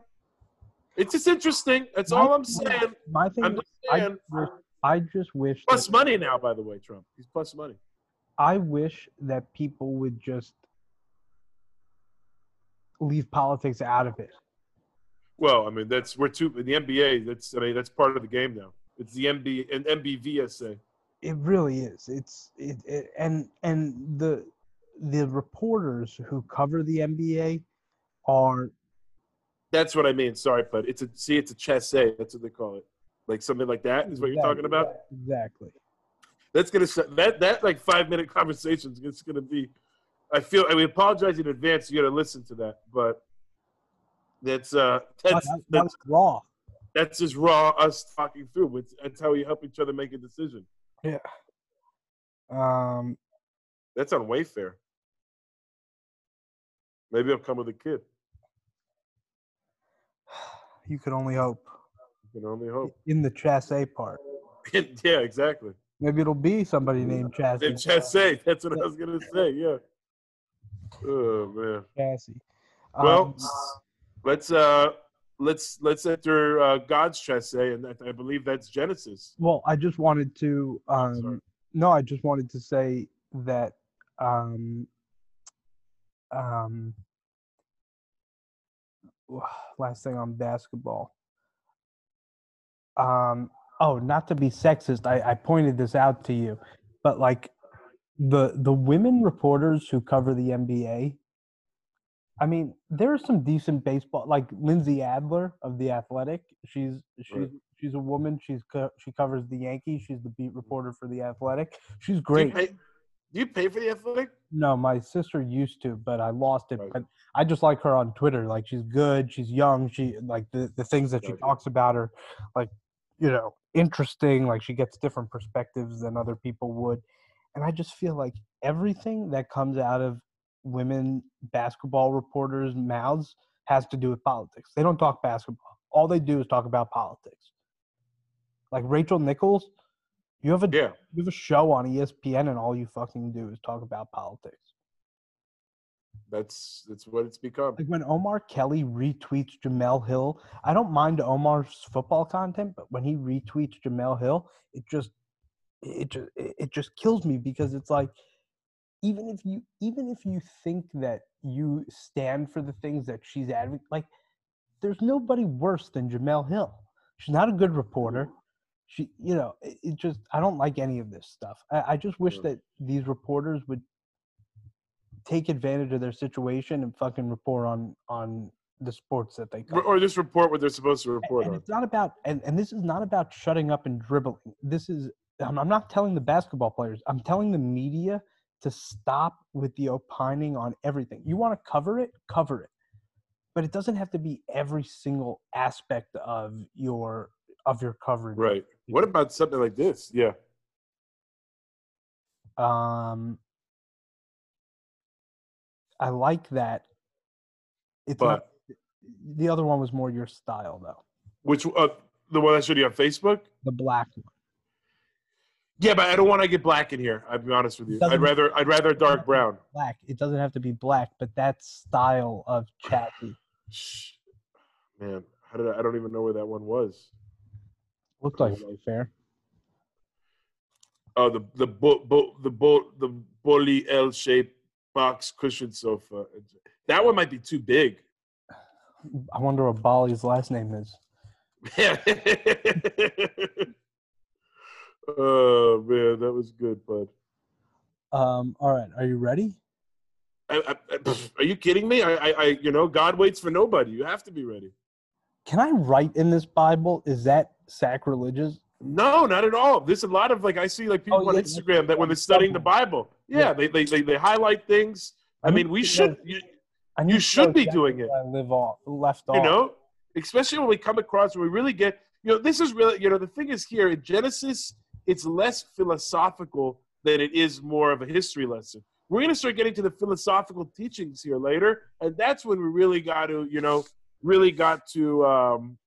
Speaker 3: It's just interesting. That's all I'm saying.
Speaker 2: My thing.
Speaker 3: I'm
Speaker 2: is,
Speaker 3: just saying.
Speaker 2: I, I just wish. that-
Speaker 3: Plus money now, by the way, Trump. He's plus money.
Speaker 2: I wish that people would just leave politics out of it.
Speaker 3: Well, I mean, that's we're too in the NBA. That's I mean, that's part of the game now. It's the MB and MBVSA.
Speaker 2: It really is. It's it, it and and the the reporters who cover the NBA are
Speaker 3: That's what I mean. Sorry, but it's a see, it's a chessé. That's what they call it. Like something like that is what you're talking about.
Speaker 2: exactly.
Speaker 3: That's gonna s- that that like five minute <laughs> conversation is just gonna be. I feel. I we apologize in advance. You gotta listen to that, but that's uh that's
Speaker 2: That- that
Speaker 3: that's
Speaker 2: was raw.
Speaker 3: that's just raw us talking through. With that's how we help each other make a decision.
Speaker 2: Um,
Speaker 3: That's on Wayfair. Maybe I'll come with a kid.
Speaker 2: you could only hope
Speaker 3: You can only hope.
Speaker 2: in the chasse part.
Speaker 3: <laughs> yeah, exactly.
Speaker 2: Maybe it'll be somebody named Chassie.
Speaker 3: Then Chasse. That's what I was gonna
Speaker 2: <laughs>
Speaker 3: say. Yeah. Oh man.
Speaker 2: Chassie.
Speaker 3: Well,
Speaker 2: Um,
Speaker 3: let's uh let's let's enter uh, God's Chasse, and that, I believe that's Genesis.
Speaker 2: well, I just wanted to. Um,
Speaker 3: Sorry.
Speaker 2: No, I just wanted to say that. Um, um, <sighs> last thing on basketball. Um, oh, not to be sexist, I, I pointed this out to you, but like the the women reporters who cover the NBA. I mean, there are some decent baseball, like Lindsay Adler of the Athletic. She's she's she's a woman. She's co- she covers the Yankees. She's the beat reporter for the Athletic. She's great.
Speaker 3: Do you, pay, do you pay for the athletic?
Speaker 2: No, my sister used to, but I lost it.
Speaker 3: Right.
Speaker 2: But I just like her on Twitter. Like she's good, she's young, she like the, the things that she
Speaker 3: Gotcha.
Speaker 2: talks about are like, you know, interesting. Like she gets different perspectives than other people would. And I just feel like everything that comes out of women basketball reporters' mouths has to do with politics. They don't talk basketball. All they do is talk about politics. Like Rachel Nichols, you have a
Speaker 3: Yeah.
Speaker 2: you have a show on E ESPN and all you fucking do is talk about politics.
Speaker 3: That's that's what it's become.
Speaker 2: Like when Omar Kelly retweets Jamel Hill, I don't mind Omar's football content, but when he retweets Jamel Hill, it just it just it just kills me because it's like even if you even if you think that you stand for the things that she's advocating, like there's nobody worse than Jamel Hill. She's not a good reporter. She, you know, it, it just I don't like any of this stuff. I, I just wish
Speaker 3: Yeah.
Speaker 2: that these reporters would take advantage of their situation and fucking report on on the sports that they cover.
Speaker 3: Or just report what they're supposed to
Speaker 2: A-
Speaker 3: report
Speaker 2: and
Speaker 3: on.
Speaker 2: it's not about and, and this is not about shutting up and dribbling this is I'm, I'm not telling the basketball players i'm telling the media to stop with the opining on everything you want to cover it cover it but it doesn't have to be every single aspect of your of your coverage
Speaker 3: Right. What about something like this? Yeah.
Speaker 2: um i like that it's not, the other one was more your style though
Speaker 3: Which uh, the one I showed you on Facebook?
Speaker 2: the black one
Speaker 3: Yeah, but I don't want to get black in here. I'll be honest with you. I'd
Speaker 2: Doesn't-
Speaker 3: rather I'd rather
Speaker 2: <laughs>
Speaker 3: dark brown.
Speaker 2: black. It doesn't have to be black, but that style of chatty
Speaker 3: Shh. <sighs> Man, how did I, I don't even know where that one was.
Speaker 2: looked like Wayfair.
Speaker 3: Oh, the the bo, bo, the bo, the bully L-shaped box cushion sofa. That one might be too big. <laughs>
Speaker 2: I wonder what Bali's last name is.
Speaker 3: oh man, that was good, bud.
Speaker 2: Um, all right, are you ready?
Speaker 3: I, I, I, pff, are you kidding me? I, I, I, you know, God waits for nobody. You have to be ready.
Speaker 2: Can I write in this Bible? Is that sacrilegious?
Speaker 3: No, not at all. There's a lot of like I see like people
Speaker 2: Oh,
Speaker 3: on
Speaker 2: yeah,
Speaker 3: Instagram that when they're
Speaker 2: that's-
Speaker 3: studying the Bible, yeah,
Speaker 2: Yeah.
Speaker 3: They, they they they highlight things. I
Speaker 2: need
Speaker 3: mean, we
Speaker 2: to
Speaker 3: should
Speaker 2: know-
Speaker 3: you,
Speaker 2: I
Speaker 3: you
Speaker 2: need to
Speaker 3: should
Speaker 2: know
Speaker 3: be
Speaker 2: exactly
Speaker 3: doing it.
Speaker 2: where I live off, left off.
Speaker 3: you know, especially when we come across when we really get you know this is really you know the thing is here in Genesis it's less philosophical than it is more of a history lesson. We're gonna start getting to the philosophical teachings here later, and that's when we really got to you know really got to um,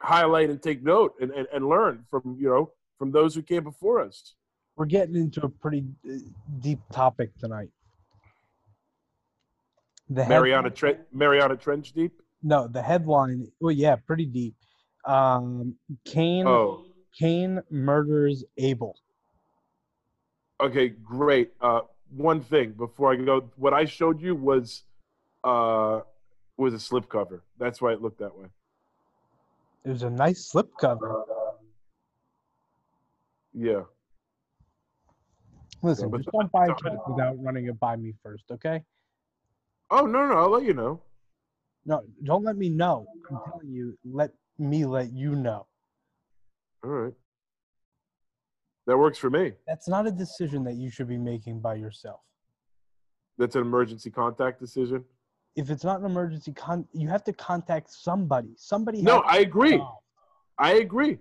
Speaker 3: highlight and take note and, and, and learn from you know from those who came before us.
Speaker 2: We're getting into a pretty uh, deep topic tonight. The head-
Speaker 3: Mariana Tre- Mariana Trench Deep.
Speaker 2: no, the headline. Well, yeah, pretty deep. Um, Cain,
Speaker 3: Oh,
Speaker 2: Cain murders Abel.
Speaker 3: Okay, great. Uh, one thing before I go, what I showed you was uh, was a slipcover. That's why it looked that way.
Speaker 2: It was a nice slip cover.
Speaker 5: Yeah.
Speaker 2: Listen,
Speaker 5: but-
Speaker 2: just don't buy a
Speaker 5: no,
Speaker 2: check without running it by me first, okay?
Speaker 5: Oh no, no, I'll let you know.
Speaker 2: No, don't let me know. I'm telling you, let me let you know.
Speaker 5: All right. That works for me.
Speaker 2: That's not a decision that you should be making by yourself.
Speaker 5: That's an emergency contact decision.
Speaker 2: If it's not an emergency, con- you have to contact somebody. Somebody.
Speaker 5: No,
Speaker 2: has to
Speaker 5: I agree.
Speaker 2: involved.
Speaker 5: I agree.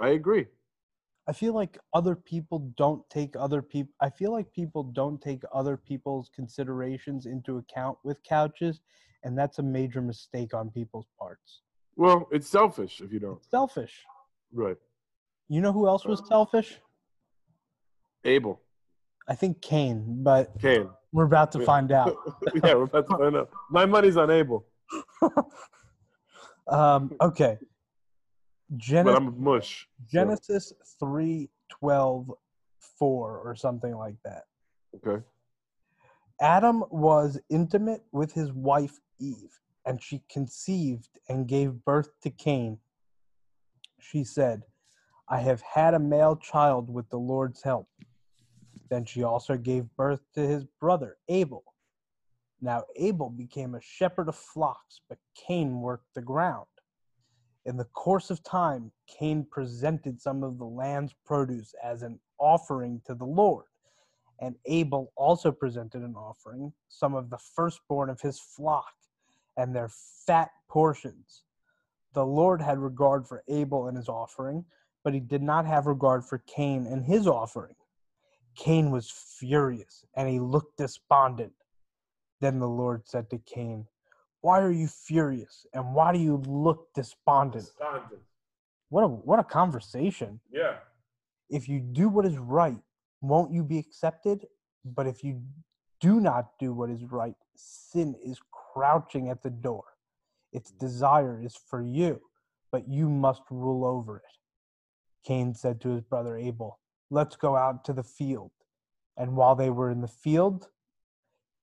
Speaker 5: I agree.
Speaker 2: I feel like other people don't take other people. I feel like people don't take other people's considerations into account with couches, and that's a major mistake on people's parts.
Speaker 5: Well, it's selfish if you don't.
Speaker 2: It's selfish.
Speaker 5: Right.
Speaker 2: You know who else was selfish?
Speaker 5: Abel.
Speaker 2: I think Cain, but
Speaker 5: Kane. <laughs>
Speaker 2: we're about to
Speaker 5: Yeah. <laughs>
Speaker 2: find out.
Speaker 5: yeah, we're about to find out. My money's on Abel,
Speaker 2: Um, okay.
Speaker 5: but
Speaker 2: Genesis,
Speaker 5: I'm a mush.
Speaker 2: Genesis 3 12 4 or something like that.
Speaker 5: Okay.
Speaker 2: Adam was intimate with his wife Eve, and she conceived and gave birth to Cain. She said, I have had a male child with the Lord's help. Then she also gave birth to his brother Abel. Now Abel became a shepherd of flocks, but Cain worked the ground. In the course of time, Cain presented some of the land's produce as an offering to the Lord and Abel also presented an offering, some of the firstborn of his flock and their fat portions. The Lord had regard for Abel and his offering, but he did not have regard for Cain and his offering. Cain was furious and he looked despondent. Then the Lord said to Cain, Why are you furious and why do you look despondent?
Speaker 3: Despondent.
Speaker 2: What a, what a conversation
Speaker 3: Yeah.
Speaker 2: if you do what is right, won't you be accepted? But if you do not do what is right, sin is crouching at the door. Its desire is for you, but you must rule over it. Cain said to his brother Abel, Let's go out to the field. And while they were in the field,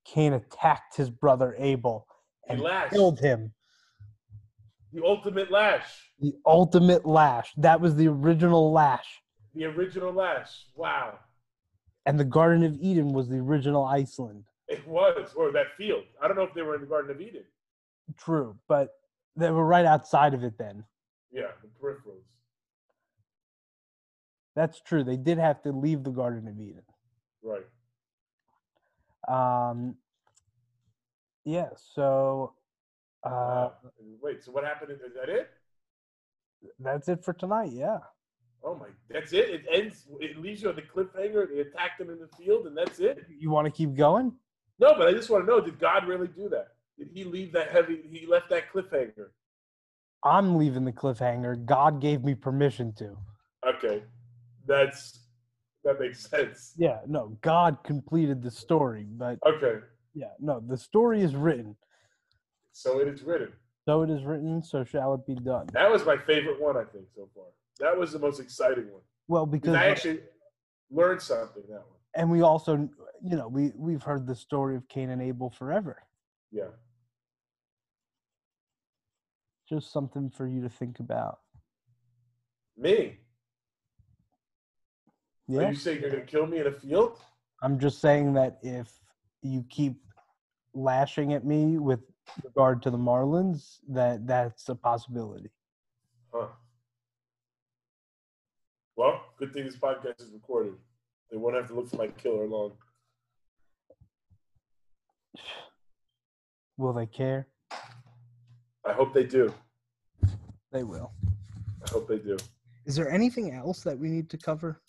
Speaker 2: Cain attacked his brother Abel
Speaker 3: He
Speaker 2: and
Speaker 3: lashed.
Speaker 2: killed him.
Speaker 3: The ultimate lash.
Speaker 2: The ultimate lash. That was the original lash.
Speaker 3: The original lash. Wow.
Speaker 2: And the Garden of Eden was the original Iceland.
Speaker 3: It was. Or that field. I don't know if they were in the Garden of Eden.
Speaker 2: True, but they were right outside of it then.
Speaker 3: Yeah, the peripherals.
Speaker 2: That's true. They did have to leave the Garden of Eden.
Speaker 3: Right.
Speaker 2: Um, yeah, so uh,
Speaker 3: Wow. Wait, so what happened? Is that it?
Speaker 2: that's it for tonight. Yeah.
Speaker 3: Oh my, that's it? It ends, it leaves you on the cliffhanger. They attacked him in the field, and that's it?
Speaker 2: You want to keep going?
Speaker 3: No, but I just want to know did God really do that? Did he leave that heavy, he left that cliffhanger?
Speaker 2: I'm leaving the cliffhanger. God gave me permission to.
Speaker 3: Okay. That's, that makes <laughs> sense.
Speaker 2: Yeah, no, God completed the story, but
Speaker 3: Okay.
Speaker 2: yeah, no, the story is written.
Speaker 3: So it is written.
Speaker 2: So it is written, so shall it be done.
Speaker 3: That was my favorite one, I think, so far. That was the most exciting one.
Speaker 2: Well,
Speaker 3: Because
Speaker 2: because
Speaker 3: I
Speaker 2: like-
Speaker 3: actually learned something that one.
Speaker 2: and we also, you know, we we've heard the story of Cain and Abel forever.
Speaker 3: Yeah.
Speaker 2: just something for you to think about.
Speaker 3: Me? Are
Speaker 2: Yeah.
Speaker 3: you saying you're going to kill me in a field?
Speaker 2: I'm just saying that if you keep lashing at me with regard to the Marlins, that that's a possibility.
Speaker 3: Huh. Well, good thing this podcast is recorded. They won't have to look for my killer long.
Speaker 2: Will they care?
Speaker 3: I hope they do.
Speaker 2: They will.
Speaker 3: I hope they do.
Speaker 4: Is there anything else that we need to cover?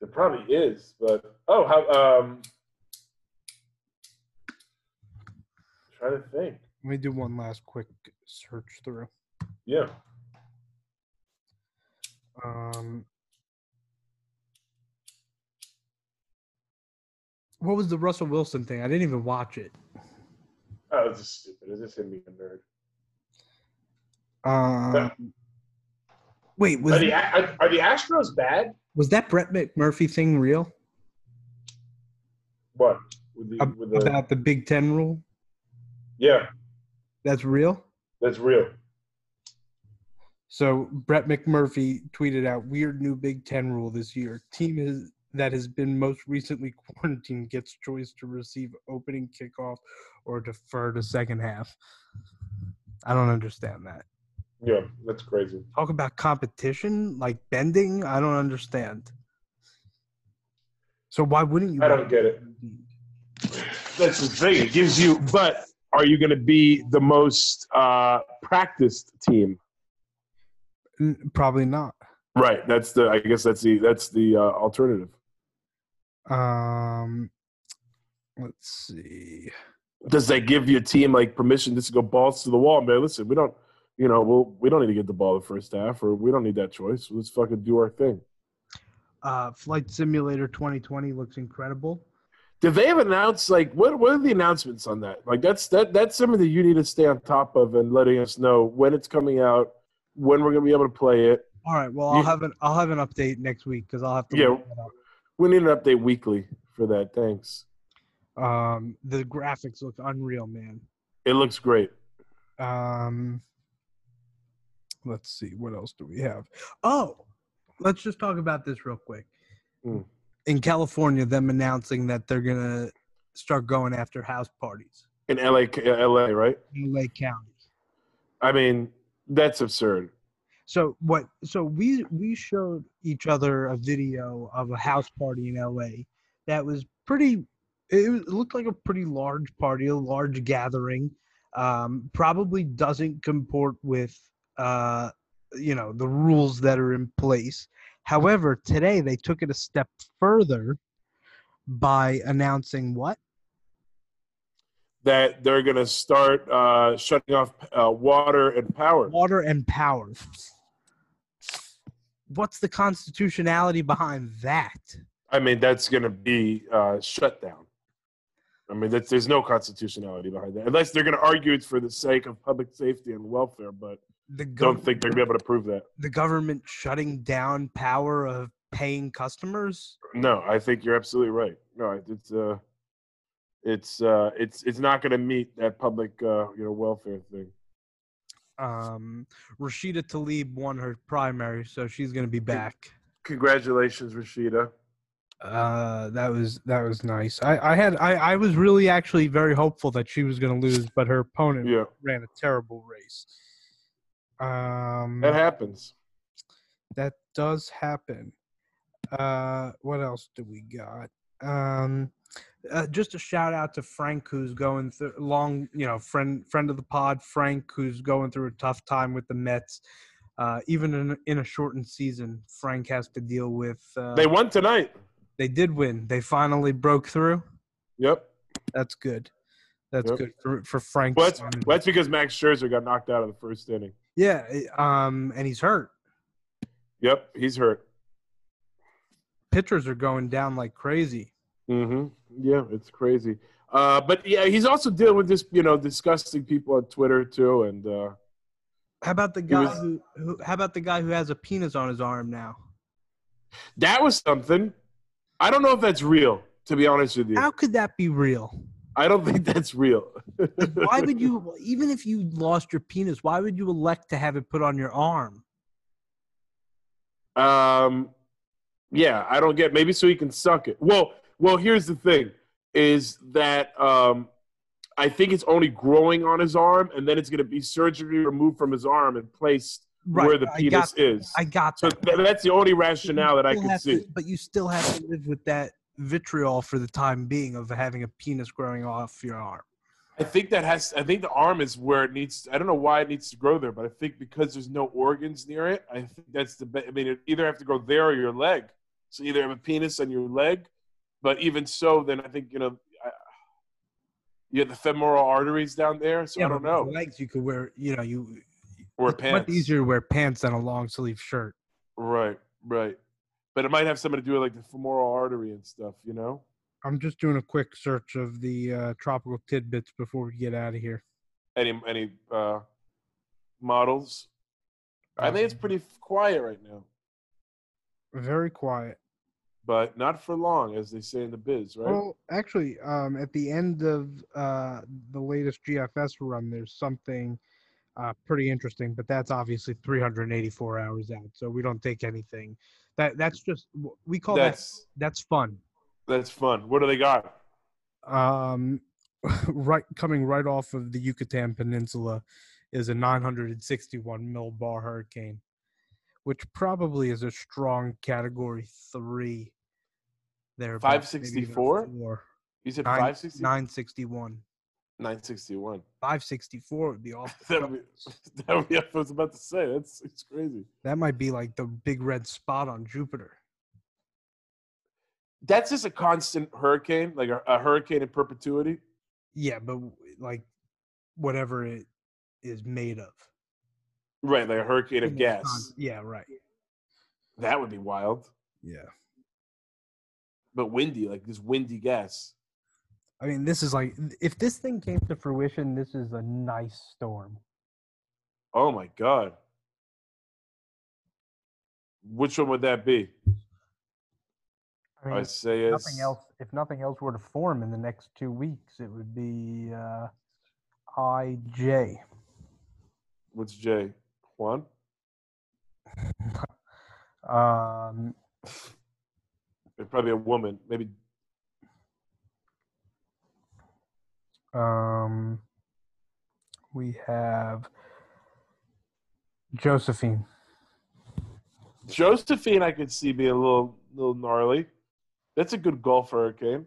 Speaker 3: There probably is, but oh, how um, trying to think.
Speaker 2: Let me do one last quick search through.
Speaker 3: Yeah,
Speaker 4: Um, what was the Russell Wilson thing? I didn't even watch it.
Speaker 3: oh, was just stupid. Is this him being a nerd?
Speaker 4: Um, wait, was
Speaker 3: Are the, are, are the Astros bad?
Speaker 4: was that Brett McMurphy thing real
Speaker 3: What with the,
Speaker 4: Ab-
Speaker 3: with the
Speaker 4: about the Big Ten rule?
Speaker 3: yeah,
Speaker 4: That's real.
Speaker 3: that's real.
Speaker 2: So Brett McMurphy tweeted out weird new Big Ten rule this year. Team is, that has been most recently <laughs> quarantined gets choice to receive opening kickoff or defer to second half. I don't understand that.
Speaker 6: Yeah, that's crazy.
Speaker 2: Talk about competition, like bending. I don't understand. So why wouldn't you?
Speaker 6: I don't get it.
Speaker 3: <laughs> That's the thing. It gives you, but are you going to be the most uh, practiced team?
Speaker 2: N- Probably not.
Speaker 3: Right. That's the. I guess that's the. That's the uh, alternative.
Speaker 2: Um, let's see.
Speaker 3: Does that give your team like permission just to go balls to the wall, man? Listen, we don't. You know, we'll, we don't need to get the ball the first half, or we don't need that choice. Let's fucking do our thing.
Speaker 2: Uh, Flight Simulator 2020 looks incredible.
Speaker 3: Did they have announced like what? What are the announcements on that? Like that's that that's something that you need to stay on top of and letting us know when it's coming out, when we're gonna be able to play it.
Speaker 2: All right. Well, I'll have an I'll have an update next week because I'll have to.
Speaker 3: Yeah, we need an update weekly for that. Thanks.
Speaker 2: Um, the graphics look unreal, man.
Speaker 3: It looks great.
Speaker 2: Um, let's see what else do we have. Oh, let's just talk about this real quick. Hmm.
Speaker 3: Mm.
Speaker 2: In California, them announcing that they're gonna start going after house parties
Speaker 3: In LA, LA, right?
Speaker 2: in Lake County.
Speaker 3: I mean, that's absurd.
Speaker 2: So what? So we we showed each other a video of a house party in L.A. that was pretty. It was- it looked like a pretty large party, a large gathering. Um, probably doesn't comport with uh, you know the rules that are in place. However, today they took it a step further by announcing what
Speaker 3: That they're gonna start uh, shutting off uh, water and power.
Speaker 2: water and power. What's the constitutionality behind that?
Speaker 3: I mean, that's gonna be uh, shut down. I mean, that's, there's no constitutionality behind that, unless they're gonna argue it's for the sake of public safety and welfare. But
Speaker 2: The gov-
Speaker 3: don't think they're gonna be able to prove that.
Speaker 2: the government shutting down power of paying customers.
Speaker 3: No, I think you're absolutely right. No, it's uh, it's uh, it's it's not going to meet that public uh, you know welfare thing.
Speaker 2: Um, Rashida Tlaib won her primary, so she's gonna be back.
Speaker 3: Congratulations, Rashida.
Speaker 2: Uh, that was that was nice. I, I had I, I was really actually very hopeful that she was gonna lose, but her opponent
Speaker 3: Yeah,
Speaker 2: ran a terrible race. Um,
Speaker 3: that happens.
Speaker 2: that does happen. Uh, what else do we got? Um, uh, just a shout out to Frank, who's going through long, you know, friend friend of the pod, Frank, who's going through a tough time with the Mets. Uh, even in in a shortened season, Frank has to deal with. Uh,
Speaker 3: They won tonight.
Speaker 2: they did win. They finally broke through.
Speaker 3: Yep.
Speaker 2: That's good. That's
Speaker 3: Yep.
Speaker 2: good for for Frank.
Speaker 3: Well, that's, well, that's because Max Scherzer got knocked out of the first inning.
Speaker 2: yeah. Um, and he's hurt.
Speaker 3: Yep, he's hurt.
Speaker 2: Pitchers are going down like crazy.
Speaker 3: hmm Yeah, it's crazy. Uh, but yeah, he's also dealing with this, you know, disgusting people on Twitter too, and uh,
Speaker 2: How about the guy
Speaker 3: was-
Speaker 2: who, who? How about the guy who has a penis on his arm now?
Speaker 3: that was something. I don't know if that's real, to be honest with you.
Speaker 2: How could that be real?
Speaker 3: I don't think that's real.
Speaker 2: Why would
Speaker 3: <laughs>
Speaker 2: you? Even if you lost your penis, why would you elect to have it put on your arm?
Speaker 3: Um, yeah, I don't get. Maybe so he can suck it. Well, well, here's the thing: is that um, I think it's only growing on his arm, and then it's going to be surgically removed from his arm and placed where the
Speaker 2: I
Speaker 3: penis
Speaker 2: got,
Speaker 3: is.
Speaker 2: I got
Speaker 3: so
Speaker 2: that.
Speaker 3: th- that's the only
Speaker 2: But you
Speaker 3: rationale that I
Speaker 2: still
Speaker 3: can
Speaker 2: have
Speaker 3: see.
Speaker 2: to- but you still have to live with that vitriol for the time being of having a penis growing off your arm.
Speaker 3: I think that has. I think the arm is where it needs. I don't know why it needs to grow there, but I think because there's no organs near it, I think that's the. Be- I mean, it either have to grow there or your leg. So either have a penis on your leg, but even so, then I think you know. I, you have the femoral arteries down there, so I don't
Speaker 2: but
Speaker 3: know.
Speaker 2: with Legs, you could wear. You know, you.
Speaker 3: Or
Speaker 2: it's
Speaker 3: pants.
Speaker 2: Much easier to wear pants than a long sleeve shirt.
Speaker 3: Right, right. But it might have something to do with like the femoral artery and stuff, you know.
Speaker 2: I'm just doing a quick search of the uh, tropical tidbits before we get out of here.
Speaker 3: Any any uh, models? I think it's
Speaker 2: Um,
Speaker 3: pretty quiet right now.
Speaker 2: very quiet.
Speaker 3: but not for long, as they say in the biz, right?
Speaker 2: Well, actually, um, at the end of uh, the latest GFS run, there's something Uh, pretty interesting, but that's obviously 384 hours out, so we don't take anything. That that's just we call
Speaker 3: That's
Speaker 2: that that's fun.
Speaker 3: that's fun. What do they got?
Speaker 2: um, <laughs> right coming right off of the Yucatan Peninsula is a 961 mil bar hurricane, which probably is a strong Category Three. There,
Speaker 3: 564? You said
Speaker 2: Nine-
Speaker 3: 560?
Speaker 2: 961,
Speaker 3: 961.
Speaker 2: 564 would be
Speaker 3: <laughs>
Speaker 2: off. the
Speaker 3: That
Speaker 2: chart.
Speaker 3: would be, <laughs> that would be, I was about to say. That's it's crazy.
Speaker 2: that might be like the big red spot on Jupiter.
Speaker 3: That's just a constant hurricane, like a, a hurricane in perpetuity.
Speaker 2: Yeah, but w- like whatever it is made of.
Speaker 3: Right, like a hurricane of
Speaker 2: In
Speaker 3: gas.
Speaker 2: that con- Yeah, right.
Speaker 3: That would be wild.
Speaker 2: Yeah.
Speaker 3: But windy, like this windy gas.
Speaker 2: I mean, this is like if this thing came to fruition, this is a nice storm.
Speaker 3: Oh my god. Which one would that be?
Speaker 2: I mean,
Speaker 3: I
Speaker 2: if
Speaker 3: say it's
Speaker 2: nothing else. If nothing else were to form in the next two weeks, it would be uh, IJ.
Speaker 3: What's Jay? Juan?
Speaker 2: Um,
Speaker 3: It'd probably be a woman. Maybe
Speaker 2: um, we have Josephine.
Speaker 3: Josephine I could see being a little little gnarly. That's a good golf hurricane.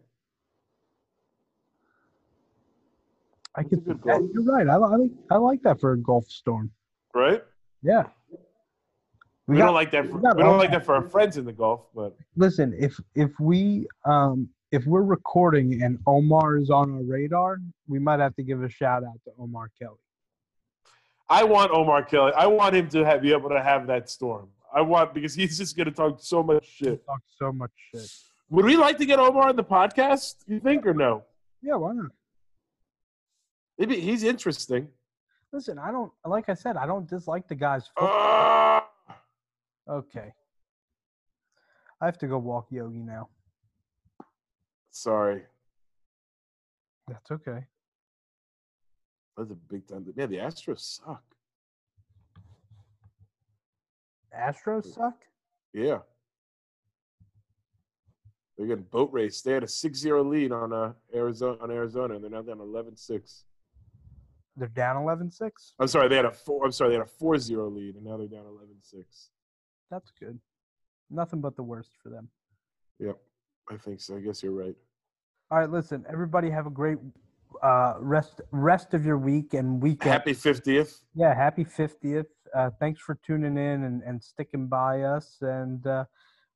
Speaker 2: I
Speaker 3: That's a
Speaker 2: could.
Speaker 3: good
Speaker 2: yeah,
Speaker 3: golf.
Speaker 2: You're right. I, li- I like. I like that for a Gulf storm.
Speaker 3: Right?
Speaker 2: Yeah.
Speaker 3: We,
Speaker 2: got-
Speaker 3: don't like that for,
Speaker 2: we
Speaker 3: we
Speaker 2: got
Speaker 3: don't
Speaker 2: all
Speaker 3: like that for our friends in the golf, but
Speaker 2: listen if if we um if we're recording and omar is on our radar we might have to give a shout out to omar kelly
Speaker 3: I want Omar Kelly. I want him to have, be able to have that storm. I want because he's just gonna talk so much shit.
Speaker 2: talk so much shit
Speaker 3: Would we like to get Omar on the podcast? You think or no?
Speaker 2: yeah why not
Speaker 3: Maybe he's interesting.
Speaker 2: listen i don't like i said i don't dislike the guy's foot.
Speaker 3: Ah! Oh.
Speaker 2: okay i have to go walk yogi now
Speaker 3: Sorry,
Speaker 2: that's okay
Speaker 3: that's a big time. Man, the Astros suck.
Speaker 2: astros suck
Speaker 3: Yeah, they're getting boat race. They had a 6-0 lead on uh, Arizona on Arizona, and they're now down 11-6.
Speaker 2: they're down 11-6
Speaker 3: I'm sorry, they had a four. I'm sorry, they had a 4-0 lead, and now they're down 11-6.
Speaker 2: that's good nothing but the worst for them
Speaker 3: Yep, I think so. I guess you're right.
Speaker 2: all right listen everybody have a great uh rest rest of your week and weekend
Speaker 3: Happy 50th.
Speaker 2: yeah happy 50th uh, thanks for tuning in and, and sticking by us and uh,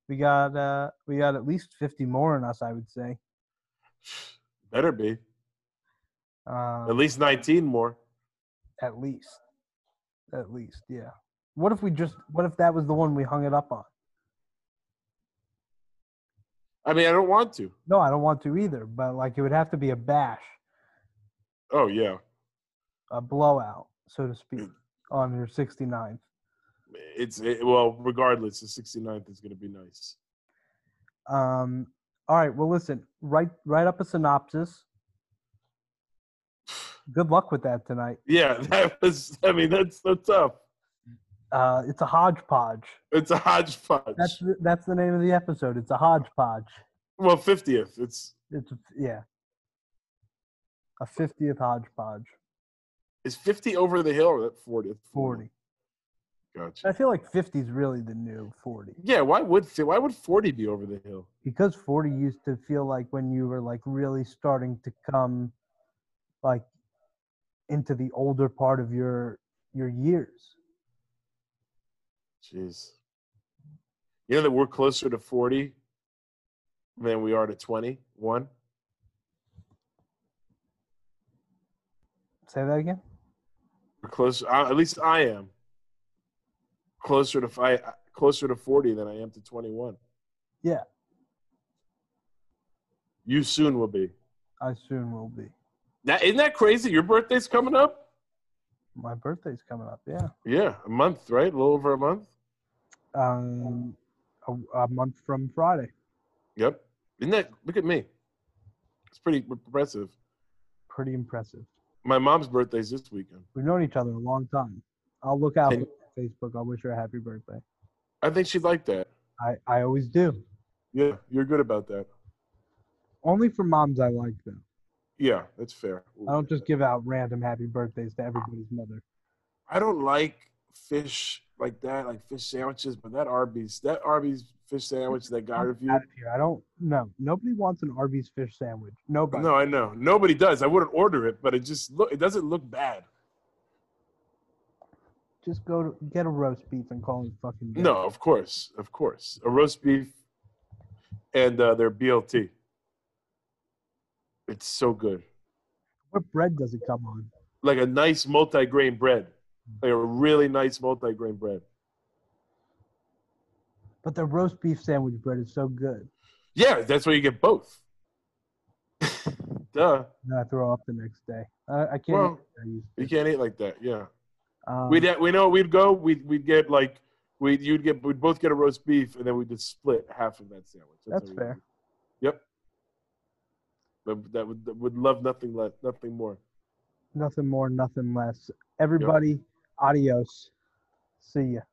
Speaker 2: we got uh, we got at least 50 more in us i would say
Speaker 3: Better be
Speaker 2: uh,
Speaker 3: at least 19 more.
Speaker 2: at least at least yeah what if we just what if that was the one we hung it up on
Speaker 3: I mean, I don't want to.
Speaker 2: no i don't want to either but like it would have to be a bash
Speaker 3: Oh yeah,
Speaker 2: a blowout so to speak on your 69th
Speaker 3: it's it, well. Regardless, the 69th is going to be nice.
Speaker 2: um all right well listen write write up a synopsis good luck with that tonight
Speaker 3: Yeah, <laughs> that was. I mean, that's so tough.
Speaker 2: uh it's a hodgepodge
Speaker 3: It's a hodgepodge.
Speaker 2: That's the, that's the name of the episode. It's a hodgepodge.
Speaker 3: well, fiftieth. It's
Speaker 2: It's yeah, a fiftieth hodgepodge.
Speaker 3: is fifty over the hill or that forty?
Speaker 2: Forty.
Speaker 3: Gotcha.
Speaker 2: I feel like fifty is really the new forty
Speaker 3: Yeah. Why would fi- why would forty be over the hill?
Speaker 2: because forty used to feel like when you were like really starting to come, like, into the older part of your your years.
Speaker 3: Jeez. You know that we're closer to forty than we are to twenty-one.
Speaker 2: Say that again.
Speaker 3: We're closer. I, at least I am closer to fi- uh, closer to forty than I am to twenty-one.
Speaker 2: Yeah.
Speaker 3: You soon will be.
Speaker 2: I soon will be.
Speaker 3: That isn't that crazy? Your birthday's coming up.
Speaker 2: My birthday's coming up. Yeah,
Speaker 3: Yeah, a month, right? A little over a month.
Speaker 2: um, a, a month from Friday.
Speaker 3: Yep. Isn't that look at me? It's pretty impressive.
Speaker 2: Pretty impressive.
Speaker 3: My mom's birthday's this weekend.
Speaker 2: We've known each other a long time. I'll look out
Speaker 3: Can-
Speaker 2: for you on Facebook. I'll wish her a happy birthday.
Speaker 3: I think she'd like that.
Speaker 2: I, I always do.
Speaker 3: Yeah, you're good about that.
Speaker 2: Only for moms I like though.
Speaker 3: Yeah, that's fair.
Speaker 2: I don't just give out random happy birthdays to everybody's mother.
Speaker 3: I don't like fish like that, like fish sandwiches, but that Arby's, that Arby's fish sandwich that guy
Speaker 2: I'm
Speaker 3: reviewed.
Speaker 2: Out of here. I don't know. Nobody wants an Arby's fish sandwich. Nobody.
Speaker 3: No, I know nobody does. I wouldn't order it, but it just look. It doesn't look bad.
Speaker 2: Just go to, get a roast beef and call it fucking good.
Speaker 3: No, of course, of course, a roast beef and uh, their BLT. It's so good,
Speaker 2: What bread does it come on?
Speaker 3: like a nice multi-grain bread, like a really nice multi-grain bread.
Speaker 2: But the roast beef sandwich bread is so good.
Speaker 3: Yeah, that's where you get both. <laughs> Duh,
Speaker 2: Then I throw up the next day. I, I can't. eat
Speaker 3: Well,
Speaker 2: what I used
Speaker 3: you can't eat like that. Yeah.
Speaker 2: to. Um,
Speaker 3: We'd ha- we know we'd go. We'd we'd get like we would you'd get we'd both get a roast beef and then we'd just split half of that sandwich.
Speaker 2: That's
Speaker 3: how we
Speaker 2: fair.
Speaker 3: did it. Yep. But that would that would love nothing less, nothing more.
Speaker 2: nothing more, nothing less. Everybody, adios. See ya.